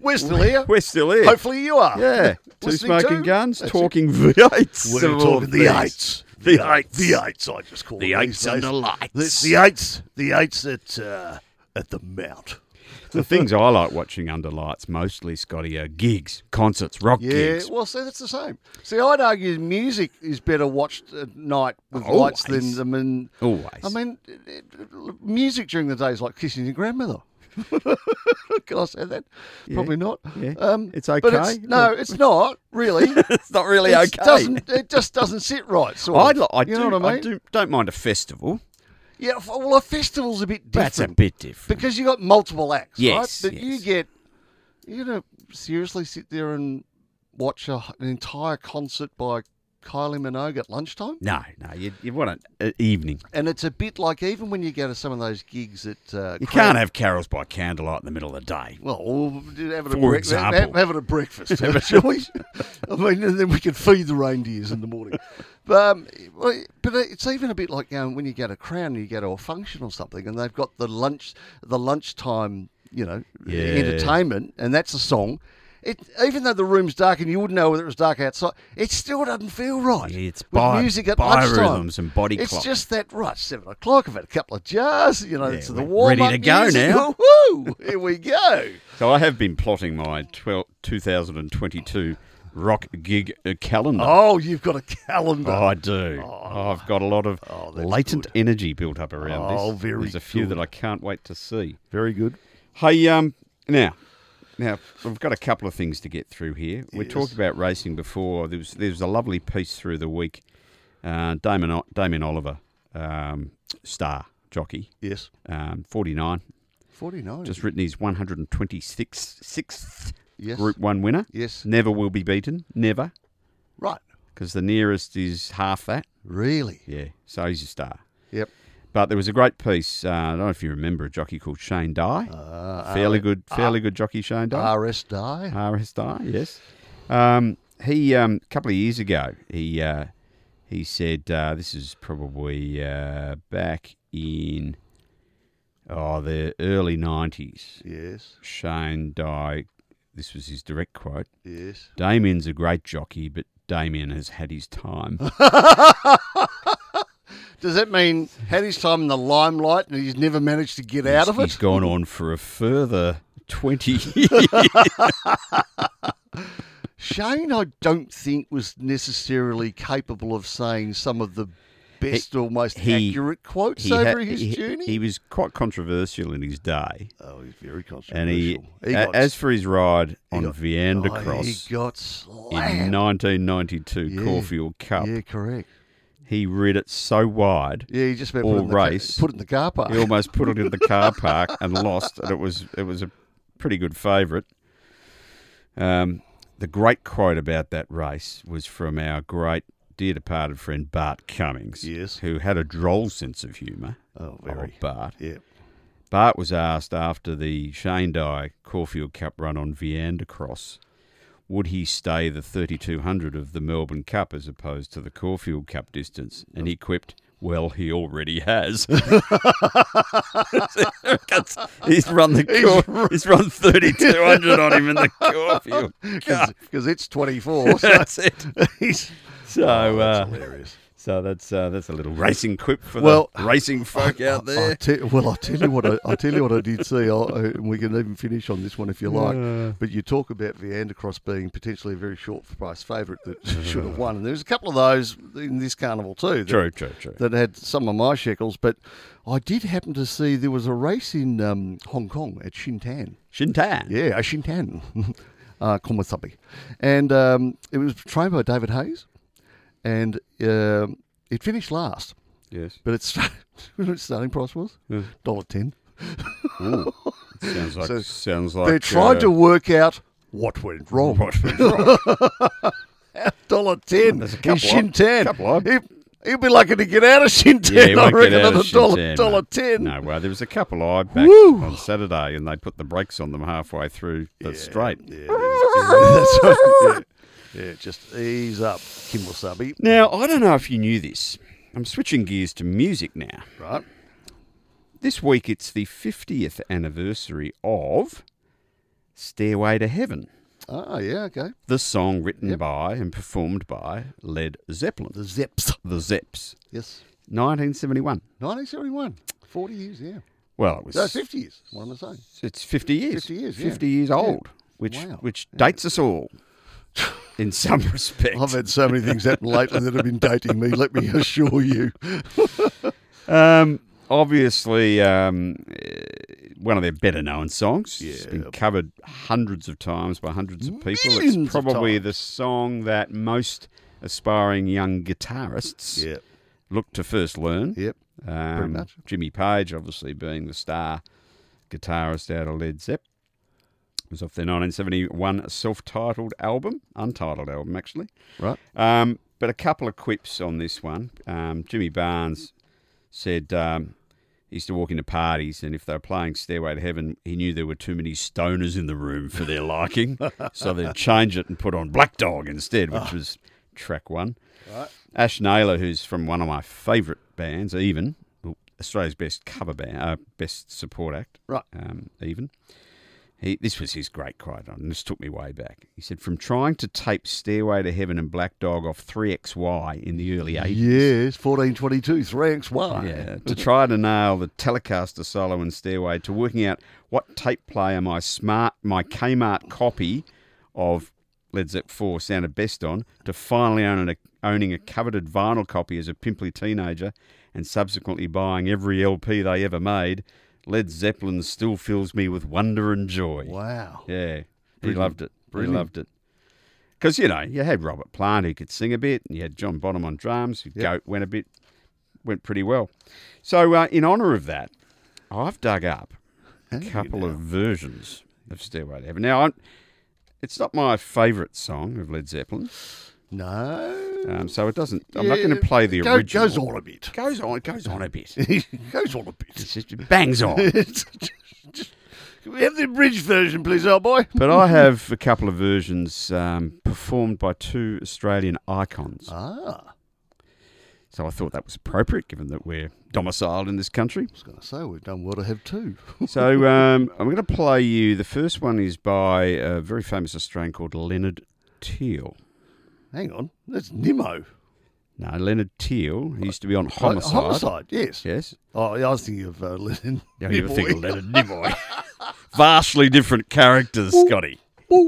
[SPEAKER 1] we're still here.
[SPEAKER 2] We're still here.
[SPEAKER 1] Hopefully, you are.
[SPEAKER 2] *laughs* Yeah.
[SPEAKER 1] *laughs*
[SPEAKER 2] Two
[SPEAKER 1] Listening
[SPEAKER 2] smoking
[SPEAKER 1] to-
[SPEAKER 2] guns,
[SPEAKER 1] That's
[SPEAKER 2] talking V8s.
[SPEAKER 1] We're
[SPEAKER 2] of all
[SPEAKER 1] talking the
[SPEAKER 2] things.
[SPEAKER 1] eights.
[SPEAKER 2] The
[SPEAKER 1] Uh,
[SPEAKER 2] eights.
[SPEAKER 1] The eights. I just call
[SPEAKER 2] The
[SPEAKER 1] them
[SPEAKER 2] eights
[SPEAKER 1] these days.
[SPEAKER 2] under lights.
[SPEAKER 1] The, the eights. The eights at uh, at the mount.
[SPEAKER 2] The things I like watching under lights mostly, Scotty, are gigs, concerts, rock
[SPEAKER 1] Yeah,
[SPEAKER 2] gigs.
[SPEAKER 1] well, see, that's the same. See, I'd argue music is better watched at night with lights than
[SPEAKER 2] Always.
[SPEAKER 1] I mean.
[SPEAKER 2] Always.
[SPEAKER 1] I mean, it, it- music during the day is like kissing your grandmother. *laughs* Can I say that? Probably not. Um,
[SPEAKER 2] yeah. It's
[SPEAKER 1] But it's,
[SPEAKER 2] okay.
[SPEAKER 1] no, it's not really. *laughs*
[SPEAKER 2] it's not really
[SPEAKER 1] It doesn't. It just doesn't sit right. Sort
[SPEAKER 2] I,
[SPEAKER 1] of.
[SPEAKER 2] li- I,
[SPEAKER 1] you
[SPEAKER 2] do,
[SPEAKER 1] know what I mean?
[SPEAKER 2] do, not mind a festival.
[SPEAKER 1] Yeah. f- Well, a festival's a bit different.
[SPEAKER 2] That's a bit different.
[SPEAKER 1] because you got multiple acts,
[SPEAKER 2] Yes,
[SPEAKER 1] right? But you
[SPEAKER 2] yes.
[SPEAKER 1] get you're gonna seriously sit there and watch a, an entire concert by Kylie Minogue at lunchtime,
[SPEAKER 2] No, no, you, you want an, an evening.
[SPEAKER 1] and it's a bit like even when you go to some of those gigs at uh,
[SPEAKER 2] You
[SPEAKER 1] Cran-
[SPEAKER 2] can't have carols by candlelight in the middle of the day.
[SPEAKER 1] Well, we'll oh, do- have it,
[SPEAKER 2] For
[SPEAKER 1] at break-
[SPEAKER 2] example.
[SPEAKER 1] have, have it at breakfast,
[SPEAKER 2] *laughs*
[SPEAKER 1] shall we? I mean, and then we can feed the reindeers in the morning. But, um, well, but it's even a bit like going when you go to Crown, you go to a function or something, and they've got the lunch, the lunchtime, you know,
[SPEAKER 2] Yeah.
[SPEAKER 1] entertainment, and that's a song. It, even though the room's dark and you wouldn't know whether it was dark outside, it still doesn't feel right.
[SPEAKER 2] Yeah, it's
[SPEAKER 1] with
[SPEAKER 2] bi-
[SPEAKER 1] music at lunchtime.
[SPEAKER 2] biorhythms and body
[SPEAKER 1] It's
[SPEAKER 2] clock.
[SPEAKER 1] just that right, seven o'clock. I've had a couple of jars, you know,
[SPEAKER 2] Yeah,
[SPEAKER 1] it's the
[SPEAKER 2] we're
[SPEAKER 1] warm
[SPEAKER 2] ready to go now.
[SPEAKER 1] *laughs* Woo! Here we go.
[SPEAKER 2] So I have been plotting my 12, 2022 rock gig uh, calendar.
[SPEAKER 1] Oh, you've got a calendar.
[SPEAKER 2] Oh, I do.
[SPEAKER 1] *laughs*
[SPEAKER 2] I've got a lot of
[SPEAKER 1] oh, that's
[SPEAKER 2] latent energy built up around this.
[SPEAKER 1] Oh, very
[SPEAKER 2] There's a few
[SPEAKER 1] good.
[SPEAKER 2] that I can't wait to see.
[SPEAKER 1] Very good.
[SPEAKER 2] Hey, um, now, now we've got a couple of things to get through here. We talked about racing before. There was there was a lovely piece through the week. Uh, Damon O- Damien Oliver, um, star jockey,
[SPEAKER 1] Yes.
[SPEAKER 2] um, forty nine,
[SPEAKER 1] 49.
[SPEAKER 2] just written his one hundred and twenty sixth sixth
[SPEAKER 1] yes.
[SPEAKER 2] Group One winner.
[SPEAKER 1] Yes.
[SPEAKER 2] Never will be beaten. Never,
[SPEAKER 1] Right.
[SPEAKER 2] because the nearest is half that.
[SPEAKER 1] Really?
[SPEAKER 2] Yeah, so he's a star.
[SPEAKER 1] Yep.
[SPEAKER 2] But there was a great piece. Uh, I don't know if you remember a jockey called Shane Dye.
[SPEAKER 1] Uh,
[SPEAKER 2] fairly good, fairly good jockey Shane Dye.
[SPEAKER 1] RS die.
[SPEAKER 2] RS Dye, yes. Um, he um, a couple of years ago, he uh, he said uh, this is probably uh, back in oh the early nineties.
[SPEAKER 1] Yes.
[SPEAKER 2] Shane Dye, this was his direct quote.
[SPEAKER 1] Yes.
[SPEAKER 2] Damien's a great jockey, but Damien has had his time.
[SPEAKER 1] Does that mean had his time in the limelight and he's never managed to get *laughs* out of
[SPEAKER 2] He's
[SPEAKER 1] it?
[SPEAKER 2] gone on for a further 20 years.
[SPEAKER 1] Shane, I don't think was necessarily capable of saying some of the best or most
[SPEAKER 2] he-
[SPEAKER 1] accurate quotes
[SPEAKER 2] ha-
[SPEAKER 1] over his
[SPEAKER 2] he-
[SPEAKER 1] journey.
[SPEAKER 2] he was quite controversial in his day.
[SPEAKER 1] oh, he's very controversial.
[SPEAKER 2] And he,
[SPEAKER 1] He
[SPEAKER 2] a-
[SPEAKER 1] got-
[SPEAKER 2] as for his ride on
[SPEAKER 1] got-
[SPEAKER 2] Viander
[SPEAKER 1] oh,
[SPEAKER 2] Cross
[SPEAKER 1] he got
[SPEAKER 2] in
[SPEAKER 1] slammed.
[SPEAKER 2] 1992
[SPEAKER 1] Yeah.
[SPEAKER 2] Caulfield Cup,
[SPEAKER 1] Yeah, correct.
[SPEAKER 2] he read it so wide
[SPEAKER 1] Yeah, he just about
[SPEAKER 2] Or
[SPEAKER 1] put it in the ca-
[SPEAKER 2] race.
[SPEAKER 1] put it in the car park. *laughs*
[SPEAKER 2] he almost put it in the car park and lost, and it was it was a pretty good favourite. Um, the great quote about that race was from our great dear departed friend Bart Cummings,
[SPEAKER 1] Yes.
[SPEAKER 2] who had a droll sense of humour.
[SPEAKER 1] Oh,
[SPEAKER 2] old
[SPEAKER 1] very.
[SPEAKER 2] Bart. *laughs*
[SPEAKER 1] Yeah. *laughs*
[SPEAKER 2] Bart was asked after the Shane Dye Caulfield Cup run on Viander Cross, would he stay the 3200 of the Melbourne Cup as opposed to the Caulfield Cup distance? And he quipped, well, he already has. *laughs* he's run the Caul- he's run 3200 on him in the
[SPEAKER 1] *laughs*
[SPEAKER 2] Caulfield. *laughs*
[SPEAKER 1] Because it's 24. So *laughs*
[SPEAKER 2] That's it.
[SPEAKER 1] he's,
[SPEAKER 2] So,
[SPEAKER 1] oh, that's
[SPEAKER 2] uh, *laughs*
[SPEAKER 1] hilarious.
[SPEAKER 2] so that's uh, that's a little racing quip for
[SPEAKER 1] Well, *laughs*
[SPEAKER 2] the racing folk out
[SPEAKER 1] I-
[SPEAKER 2] there.
[SPEAKER 1] I te- well, I'll tell you what I,
[SPEAKER 2] *laughs*
[SPEAKER 1] I'll tell you what I did see, I'll, I, and we can even finish on this one if you like. But you talk about Viandercross being potentially a very short price favourite that *laughs* should
[SPEAKER 2] Uh-huh.
[SPEAKER 1] have won, and there's a couple of those in this carnival too. That,
[SPEAKER 2] true, true, true.
[SPEAKER 1] That had some of my shekels, but I did happen to see there was a race in um, Hong Kong at Shintan.
[SPEAKER 2] Shintan.
[SPEAKER 1] Yeah, a Shintan, *laughs* uh, Komasabi. And um, it was trained by David Hayes, and um it finished last.
[SPEAKER 2] Yes.
[SPEAKER 1] But it's *laughs* its starting price was
[SPEAKER 2] Yeah.
[SPEAKER 1] dollar ten.
[SPEAKER 2] Ooh. sounds like sounds like
[SPEAKER 1] They're trying
[SPEAKER 2] uh,
[SPEAKER 1] to work out what went wrong.
[SPEAKER 2] what-
[SPEAKER 1] *laughs* Dollar ten
[SPEAKER 2] There's a
[SPEAKER 1] in
[SPEAKER 2] couple of- couple
[SPEAKER 1] Shintan.
[SPEAKER 2] of-
[SPEAKER 1] He, he'll be lucky to get out of
[SPEAKER 2] Yeah,
[SPEAKER 1] Shintan.
[SPEAKER 2] he
[SPEAKER 1] I
[SPEAKER 2] won't get
[SPEAKER 1] reckon
[SPEAKER 2] out
[SPEAKER 1] at
[SPEAKER 2] of
[SPEAKER 1] a dollar
[SPEAKER 2] Shintan,
[SPEAKER 1] dollar
[SPEAKER 2] mate.
[SPEAKER 1] ten.
[SPEAKER 2] No, well, there was a couple I back
[SPEAKER 1] Woo.
[SPEAKER 2] on Saturday, and they put the brakes on them halfway through the straight.
[SPEAKER 1] Yeah, *laughs* that's right. yeah. yeah, just ease up, Kimwasabi.
[SPEAKER 2] Now, I don't know if you knew this. I'm switching gears to music now.
[SPEAKER 1] Right.
[SPEAKER 2] This week, it's the 50th anniversary of Stairway to Heaven,
[SPEAKER 1] Ah, yeah, okay.
[SPEAKER 2] the song written by and performed by Led Zeppelin,
[SPEAKER 1] The Zeps.
[SPEAKER 2] the Zeps,
[SPEAKER 1] Yes.
[SPEAKER 2] 1971.
[SPEAKER 1] 1971. 40 years, yeah.
[SPEAKER 2] Well, it was
[SPEAKER 1] No, 50 years. What am I saying?
[SPEAKER 2] It's 50 years.
[SPEAKER 1] 50 years, yeah.
[SPEAKER 2] 50 years old, which
[SPEAKER 1] Wow.
[SPEAKER 2] which dates us all
[SPEAKER 1] *laughs*
[SPEAKER 2] in some respect.
[SPEAKER 1] I've had so many things happen lately that have been dating me, let me assure you.
[SPEAKER 2] Um, obviously, um, eh, one of their better known songs. It's
[SPEAKER 1] Yeah.
[SPEAKER 2] been covered hundreds of times by hundreds of people.
[SPEAKER 1] Millions of
[SPEAKER 2] it's probably
[SPEAKER 1] times.
[SPEAKER 2] the song that most aspiring young guitarists
[SPEAKER 1] Yep.
[SPEAKER 2] look to first learn.
[SPEAKER 1] Yep.
[SPEAKER 2] Um,
[SPEAKER 1] much.
[SPEAKER 2] Jimmy Page, obviously being the star guitarist out of Led Zepp, was off their 1971 self-titled album, untitled album actually.
[SPEAKER 1] Right.
[SPEAKER 2] Um, but a couple of quips on this one. Um, Jimmy Barnes said um, he used to walk into parties, and if they were playing Stairway to Heaven, he knew there were too many stoners in the room for their liking, so they'd change it and put on Black Dog instead, which was track one. Ash Naylor, who's from one of my favourite bands, even Australia's best cover band, uh, best support act,
[SPEAKER 1] Right.
[SPEAKER 2] Um, even he, this was his great quote, and this took me way back. He said, "From trying to tape Stairway to Heaven and Black Dog off 3XY in the early 80s,
[SPEAKER 1] Yes, 1422, 3XY.
[SPEAKER 2] yeah, to try to nail the Telecaster solo and Stairway, to working out what tape player my smart, my Kmart copy of Led Zepp 4 sounded best on, to finally owning a, owning a coveted vinyl copy as a pimply teenager, and subsequently buying every LP they ever made, Led Zeppelin still fills me with wonder and joy."
[SPEAKER 1] Wow.
[SPEAKER 2] Yeah, he
[SPEAKER 1] Brilliant.
[SPEAKER 2] loved it.
[SPEAKER 1] Brilliant.
[SPEAKER 2] He loved it. Because you know you had Robert Plant who could sing a bit, and you had John Bonham on drums. Who Goat went a bit, went pretty well. So uh, in honour of that, I've dug up a couple of versions of Stairway to Heaven. Now, I'm, it's not my favourite song of Led Zeppelin,
[SPEAKER 1] No.
[SPEAKER 2] um, so it doesn't. I'm not
[SPEAKER 1] Yeah,
[SPEAKER 2] going to play the
[SPEAKER 1] go-
[SPEAKER 2] original.
[SPEAKER 1] Goes on a bit. *laughs*
[SPEAKER 2] Goes on. Goes on a bit.
[SPEAKER 1] goes on a bit. *laughs*
[SPEAKER 2] It's just bangs on.
[SPEAKER 1] It's just- Can we have the bridge version, please, old boy?
[SPEAKER 2] *laughs* But I have a couple of versions um, performed by two Australian icons.
[SPEAKER 1] Ah, I
[SPEAKER 2] So I thought that was appropriate, given that we're domiciled in this country.
[SPEAKER 1] was going to say, we've done well to have two. *laughs*
[SPEAKER 2] So um, I'm going to play you. The first one is by a very famous Australian called Leonard Teal.
[SPEAKER 1] Hang on, that's Nimmo.
[SPEAKER 2] No, Leonard Teal. He used to be on
[SPEAKER 1] Oh,
[SPEAKER 2] Homicide.
[SPEAKER 1] Homicide, yes.
[SPEAKER 2] Yes.
[SPEAKER 1] Oh, yeah, I was thinking of uh, *laughs* Lennon. *laughs*
[SPEAKER 2] Yeah, you would think of Leonard Nimoy. vastly different characters, Scotty.
[SPEAKER 1] *laughs*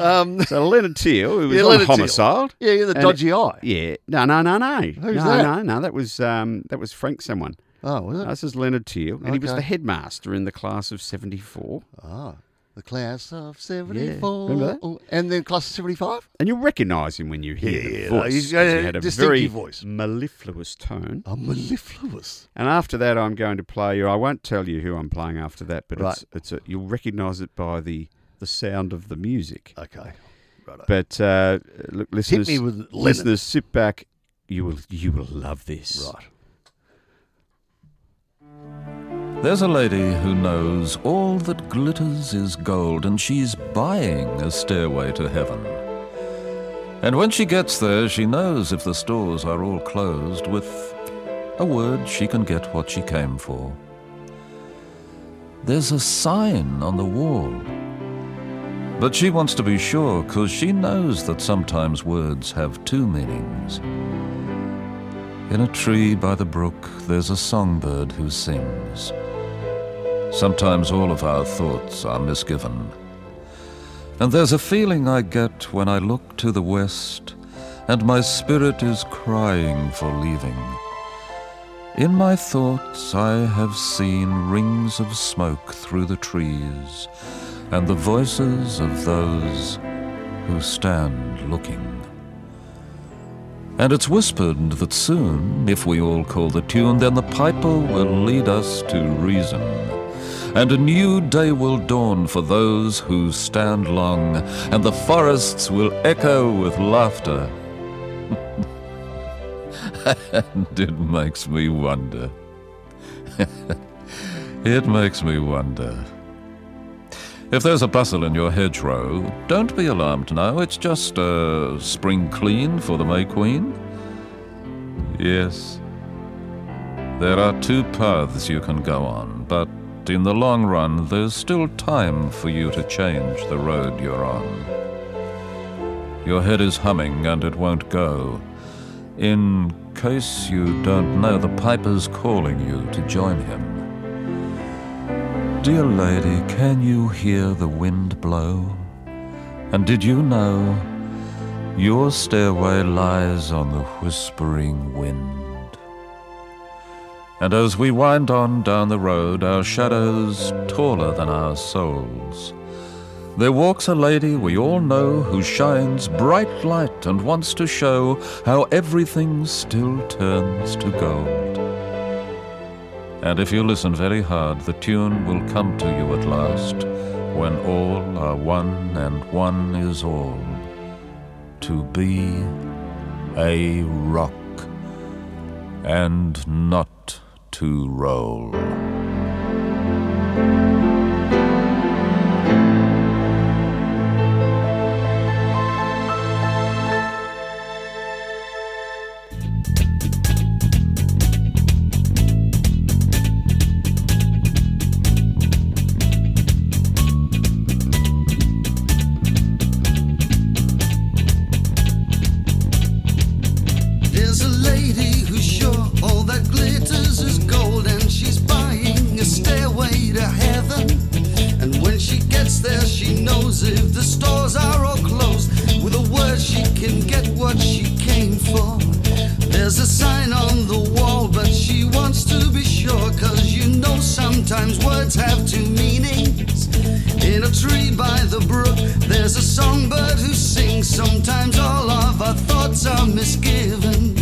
[SPEAKER 1] Um,
[SPEAKER 2] So Leonard Teal, who was
[SPEAKER 1] Yeah,
[SPEAKER 2] on
[SPEAKER 1] Leonard Teal.
[SPEAKER 2] homicide.
[SPEAKER 1] yeah, yeah, the
[SPEAKER 2] And-
[SPEAKER 1] dodgy eye.
[SPEAKER 2] Yeah, no, no, no, no.
[SPEAKER 1] Who's
[SPEAKER 2] no,
[SPEAKER 1] that?
[SPEAKER 2] No, no, that was um, that was Frank someone.
[SPEAKER 1] Oh, was it?
[SPEAKER 2] This is Leonard Teal, and he was
[SPEAKER 1] Okay.
[SPEAKER 2] the headmaster in the class of '74.
[SPEAKER 1] Ah, the class of 74.
[SPEAKER 2] Remember that?
[SPEAKER 1] Oh, And then class of 75?
[SPEAKER 2] And you'll recognise him when you hear
[SPEAKER 1] Yeah,
[SPEAKER 2] the
[SPEAKER 1] yeah, no,
[SPEAKER 2] voice.
[SPEAKER 1] he's
[SPEAKER 2] 'cause
[SPEAKER 1] got a
[SPEAKER 2] he had a
[SPEAKER 1] distinctive
[SPEAKER 2] very
[SPEAKER 1] voice.
[SPEAKER 2] mellifluous tone.
[SPEAKER 1] A mellifluous.
[SPEAKER 2] And after that, I'm going to play you. I won't tell you who I'm playing after that, but
[SPEAKER 1] Right.
[SPEAKER 2] it's, it's a, you'll recognise it by the the sound of the music.
[SPEAKER 1] Okay. Right.
[SPEAKER 2] But uh, look, listeners,
[SPEAKER 1] me with Leonard.
[SPEAKER 2] listeners, sit back. You will you will love this.
[SPEAKER 1] Right.
[SPEAKER 3] There's a lady who knows all that glitters is gold, and she's buying a stairway to heaven. And when she gets there, she knows if the stores are all closed, with a word, she can get what she came for. There's a sign on the wall. But she wants to be sure, 'cause she knows that sometimes words have two meanings. In a tree by the brook, there's a songbird who sings. Sometimes all of our thoughts are misgiven. And there's a feeling I get when I look to the west, and my spirit is crying for leaving. In my thoughts, I have seen rings of smoke through the trees, and the voices of those who stand looking. And it's whispered that soon, if we all call the tune, then the piper will lead us to reason. And a new day will dawn for those who stand long, and the forests will echo with laughter. *laughs* and it makes me wonder. *laughs* it makes me wonder. If there's a bustle in your hedgerow, don't be alarmed now. It's just a spring clean for the May Queen. Yes. There are two paths you can go on, but in the long run, there's still time for you to change the road you're on. Your head is humming and it won't go. In case you don't know, the piper's calling you to join him. Dear lady, can you hear the wind blow? And did you know your stairway lies on the whispering wind? And as we wind on down the road, our shadows taller than our souls, there walks a lady we all know who shines bright light and wants to show how everything still turns to gold. And if you listen very hard, the tune will come to you at last, when all are one and one is all. To be a rock and not to roll.
[SPEAKER 4] There's a lady who's sure all that glitters is gold, and she's buying a stairway to heaven. And when she gets there, she knows if the stores are all closed, with a word she can get what she came for. There's a sign on the wall, but she wants to be sure, cause you know sometimes words have two meanings. In a tree by the brook, there's a songbird who sings. Sometimes all of our thoughts are misgiven.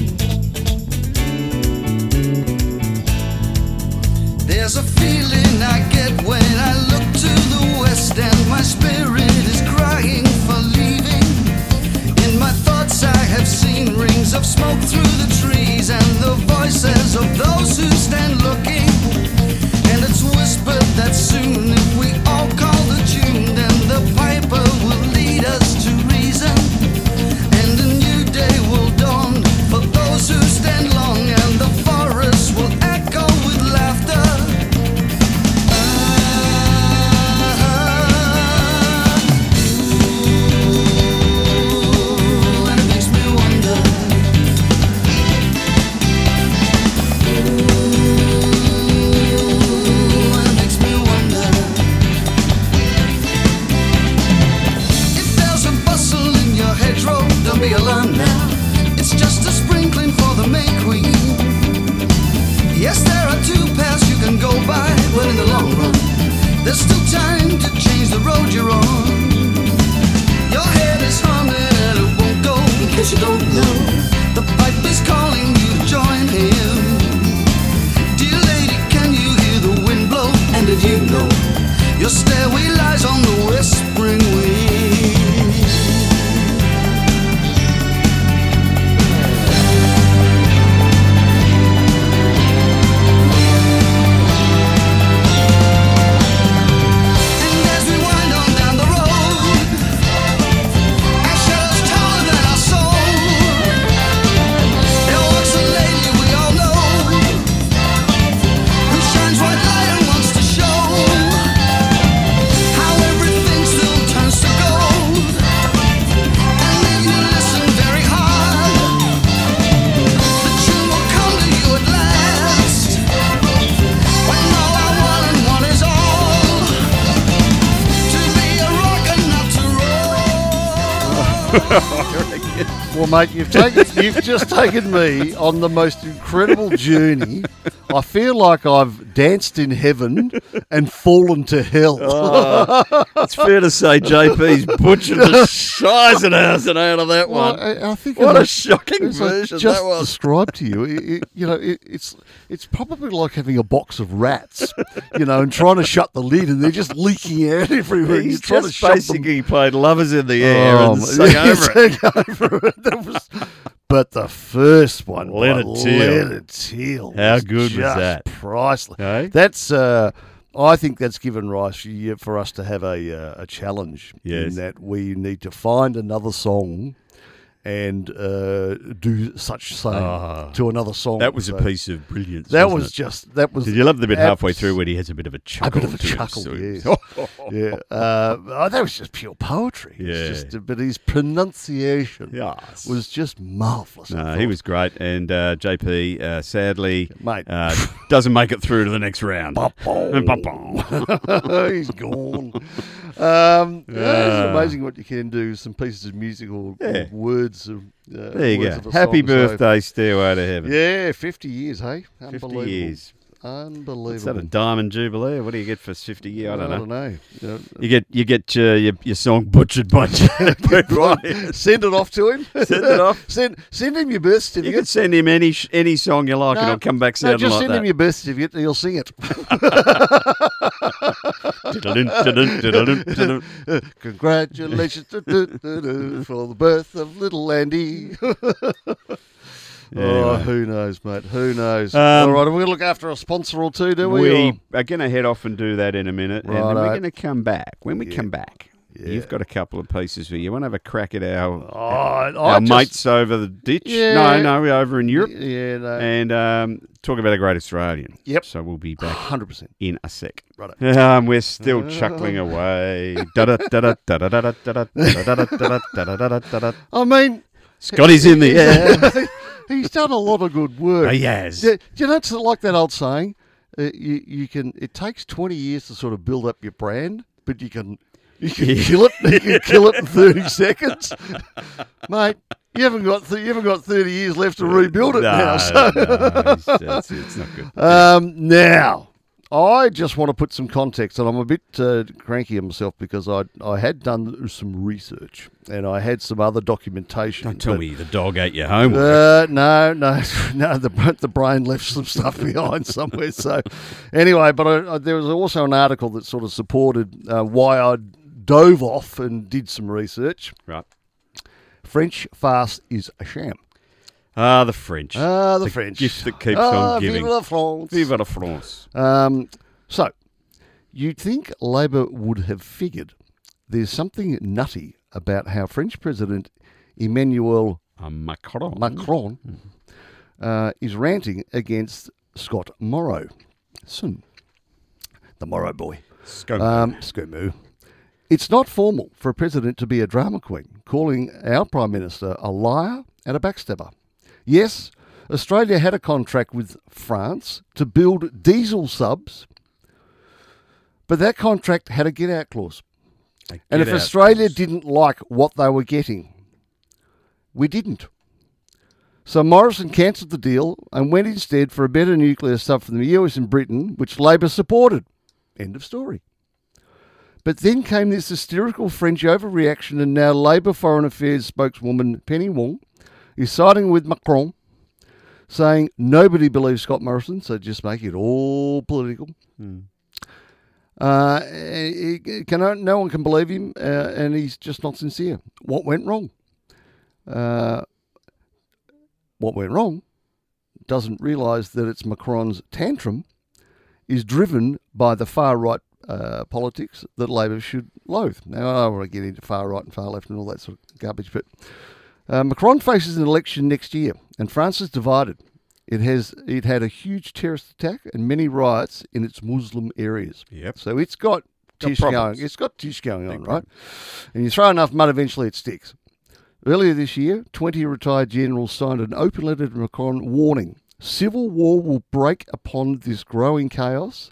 [SPEAKER 4] There's a feeling I get when I look to the west, and my spirit is crying for leaving. In my thoughts, I have seen rings of smoke through the trees, and the voices of those who stand looking. And it's whispered that soon, if we all call the tune, then the piper will lead us to reason. And a new day will dawn for those who stand long, and the forest will echo with laughter. Ah,
[SPEAKER 1] Well, mate, you've taken you've just taken me on the most incredible journey. I feel like I've danced in heaven and fallen to hell.
[SPEAKER 2] Oh. It's fair to say JP's butchered the Scheisenhausen out of
[SPEAKER 1] *laughs*
[SPEAKER 2] that
[SPEAKER 1] Well,
[SPEAKER 2] one.
[SPEAKER 1] I, I think
[SPEAKER 2] what
[SPEAKER 1] it
[SPEAKER 2] a
[SPEAKER 1] was-
[SPEAKER 2] shocking
[SPEAKER 1] as I
[SPEAKER 2] version
[SPEAKER 1] just *laughs*
[SPEAKER 2] that was.
[SPEAKER 1] described to you, it, it- you know, it, it's it's probably like having a box of rats, you know, and trying to shut the lid, and they're just leaking out *laughs* everywhere. and
[SPEAKER 2] He's
[SPEAKER 1] you're trying
[SPEAKER 2] just
[SPEAKER 1] to shut them.
[SPEAKER 2] basically played Lovers in the Air
[SPEAKER 1] Oh,
[SPEAKER 2] and
[SPEAKER 1] my- *laughs*
[SPEAKER 2] sang
[SPEAKER 1] yeah,
[SPEAKER 2] over it.
[SPEAKER 1] sang over it. *laughs* That was- but the first one, by
[SPEAKER 2] Leonard Teal.
[SPEAKER 1] Leonard Teal
[SPEAKER 2] How good was
[SPEAKER 1] just
[SPEAKER 2] that?
[SPEAKER 1] Priceless.
[SPEAKER 2] Eh?
[SPEAKER 1] That's. Uh, I think that's given rise for, you- for us to have a uh, a challenge
[SPEAKER 2] Yes.
[SPEAKER 1] in that we need to find another song and uh, do such same to another song.
[SPEAKER 2] Ah. That was
[SPEAKER 1] Oh, So
[SPEAKER 2] a piece of brilliance.
[SPEAKER 1] That
[SPEAKER 2] wasn't
[SPEAKER 1] was
[SPEAKER 2] it?
[SPEAKER 1] just that was.
[SPEAKER 2] Did you love the bit halfway
[SPEAKER 1] abs-
[SPEAKER 2] through when he has a bit of a
[SPEAKER 1] A
[SPEAKER 2] chuckle?
[SPEAKER 1] bit of a
[SPEAKER 2] to it?
[SPEAKER 1] chuckle,
[SPEAKER 2] So- *laughs*
[SPEAKER 1] yes. yeah, uh, oh, that was just pure poetry. It's
[SPEAKER 2] Yeah.
[SPEAKER 1] just, but his pronunciation
[SPEAKER 2] Yes.
[SPEAKER 1] was just marvelous. I
[SPEAKER 2] No,
[SPEAKER 1] thought.
[SPEAKER 2] he was great, and uh, JP uh, sadly
[SPEAKER 1] Mate.
[SPEAKER 2] uh, doesn't make it through to the next round.
[SPEAKER 1] Ba-boom. "Oh." *laughs* He's gone.
[SPEAKER 2] *laughs*
[SPEAKER 1] Um, yeah,
[SPEAKER 2] Ah.
[SPEAKER 1] it's amazing what you can do. with Some pieces of music or, or
[SPEAKER 2] Yeah.
[SPEAKER 1] words of. Uh,
[SPEAKER 2] There you
[SPEAKER 1] words
[SPEAKER 2] go.
[SPEAKER 1] of a
[SPEAKER 2] Happy
[SPEAKER 1] song, so-
[SPEAKER 2] birthday, Stairway to Heaven.
[SPEAKER 1] Yeah, 50 years, hey?
[SPEAKER 2] 50
[SPEAKER 1] Unbelievable.
[SPEAKER 2] years.
[SPEAKER 1] Unbelievable.
[SPEAKER 2] Is that a diamond jubilee? What do you get for 50 year? I don't know.
[SPEAKER 1] You know,
[SPEAKER 2] *laughs* You get you get your, your, your song butchered
[SPEAKER 1] *laughs*
[SPEAKER 2] by JP.
[SPEAKER 1] send it off to him.
[SPEAKER 2] Send it off.
[SPEAKER 1] *laughs* send, send him your birth
[SPEAKER 2] *laughs* You
[SPEAKER 1] certificate.
[SPEAKER 2] can send him any sh- any song you like, and it'll come back
[SPEAKER 1] no,
[SPEAKER 2] sounding
[SPEAKER 1] just
[SPEAKER 2] like
[SPEAKER 1] send him
[SPEAKER 2] that.
[SPEAKER 1] your birth certificate and he'll sing it.
[SPEAKER 2] Diddle-dun, diddle-dun, diddle-dun, diddle-dun.
[SPEAKER 1] *laughs* Congratulations du- du- du- du, for the birth of little
[SPEAKER 2] *laughs*
[SPEAKER 1] Andy. Oh,
[SPEAKER 2] Anyway.
[SPEAKER 1] who knows, mate? Who knows?
[SPEAKER 2] Um,
[SPEAKER 1] All right, are we going to look after a sponsor or two, do we? or-
[SPEAKER 2] We are going to head off and do that in a minute, and then we're
[SPEAKER 1] Righto.
[SPEAKER 2] going to come back. When we come back, you've got a couple of pieces for you. Want to have a crack at our
[SPEAKER 1] Oh, I
[SPEAKER 2] our
[SPEAKER 1] just-
[SPEAKER 2] mates over the ditch?
[SPEAKER 1] Yeah.
[SPEAKER 2] No, no, we're over in Europe,
[SPEAKER 1] Yeah, no.
[SPEAKER 2] and um, talk about a great Australian.
[SPEAKER 1] Yep.
[SPEAKER 2] So we'll be back
[SPEAKER 1] 100%.
[SPEAKER 2] in a sec.
[SPEAKER 1] Righto.
[SPEAKER 2] *laughs* Um, we're still
[SPEAKER 1] *laughs*
[SPEAKER 2] chuckling away. Da-da, da-da, da-da, da-da, da-da, da-da, da-da, da-da, da-da, da-da.
[SPEAKER 1] I mean, *laughs*
[SPEAKER 2] Scotty's in the *laughs* air.
[SPEAKER 1] he's done a lot of good work.
[SPEAKER 2] He has.
[SPEAKER 1] Do, do you know, it's like that old saying, uh, you, you can, it takes 20 years to sort of build up your brand, but you can, you can kill it, *laughs* you can kill it in 30 seconds. *laughs* Mate, you haven't got, th- you haven't got 30 years left to rebuild it now. So.
[SPEAKER 2] No, no, it's, it's- it's not
[SPEAKER 1] *laughs*
[SPEAKER 2] good.
[SPEAKER 1] Um, now, I just want to put some context, and I'm a bit uh, cranky at myself because I I had done some research and I had some other documentation.
[SPEAKER 2] Don't tell
[SPEAKER 1] but-
[SPEAKER 2] me the dog ate your homework.
[SPEAKER 1] Uh, no, no, *laughs* no. The the brain left some stuff *laughs* behind somewhere. So, anyway, but I, I, there was also an article that sort of supported uh, why I dove off and did some research.
[SPEAKER 2] Right.
[SPEAKER 1] French fast is a sham.
[SPEAKER 2] Ah, the French.
[SPEAKER 1] Ah, the, French
[SPEAKER 2] gift that keeps
[SPEAKER 1] Ah,
[SPEAKER 2] on giving. Ah,
[SPEAKER 1] Vive la France.
[SPEAKER 2] Viva la France.
[SPEAKER 1] Um, so, you'd think Labor would have figured there's something nutty about how French President Emmanuel
[SPEAKER 2] A um, Macron.
[SPEAKER 1] Macron uh, is ranting against Scott Morrow. Soon. The Morrow boy.
[SPEAKER 2] Scope.
[SPEAKER 1] Um, Scumu. It's not formal for a president to be a drama queen, calling our prime minister a liar and a backstabber. Yes, Australia had a contract with France to build diesel subs, but that contract had a get out clause. And
[SPEAKER 2] Get
[SPEAKER 1] if
[SPEAKER 2] out.
[SPEAKER 1] Australia didn't like what they were getting, we didn't. So Morrison cancelled the deal and went instead for a better nuclear sub from the US and Britain, which Labor supported. End of story. But then came this hysterical French overreaction, and now Labour Foreign Affairs spokeswoman Penny Wong is siding with Macron, saying nobody believes Scott Morrison, so just make it all political. Uh, he- he- can, no one can believe him, uh, and he's just not sincere. What went wrong? Uh, what went wrong doesn't realise that it's Macron's tantrum is driven by the far right uh, politics that Labor should loathe. Now, I don't want to get into far right and far left and all that sort of garbage, but uh, Macron faces an election next year, and France is divided. It has it had a huge terrorist attack and many riots in its Muslim areas.
[SPEAKER 2] Yep.
[SPEAKER 1] So it's got
[SPEAKER 2] Got
[SPEAKER 1] tish
[SPEAKER 2] problems.
[SPEAKER 1] going. It's got tish going on, right? And you throw enough mud, eventually it sticks. Earlier this year, 20 retired generals signed an open letter to Macron warning civil war will break upon this growing chaos,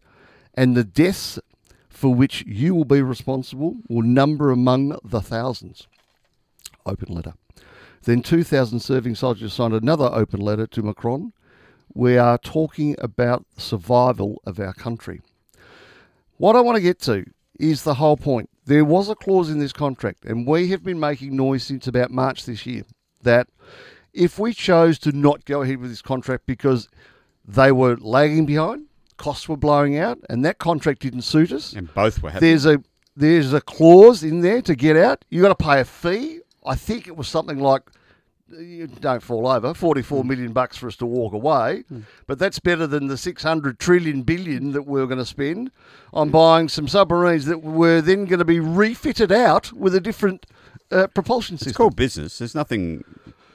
[SPEAKER 1] and the deaths for which you will be responsible will number among the thousands. open letter. Then 2,000 serving soldiers signed another open letter to Macron. We are talking about survival of our country. What I want to get to is the whole point. There was a clause in this contract, and we have been making noise since about March this year that if we chose to not go ahead with this contract because they were lagging behind, costs were blowing out, and that contract didn't suit us,
[SPEAKER 2] And both were happy.
[SPEAKER 1] there's a there's a clause in there to get out. You got to pay a fee. I think it was something like you don't fall over, forty
[SPEAKER 2] Hmm.
[SPEAKER 1] four million bucks for us to walk away, but that's better than the six hundred trillion billion that we were going to spend on buying some submarines that were then going to be refitted out with a different uh, propulsion system.
[SPEAKER 2] It's called business. There's nothing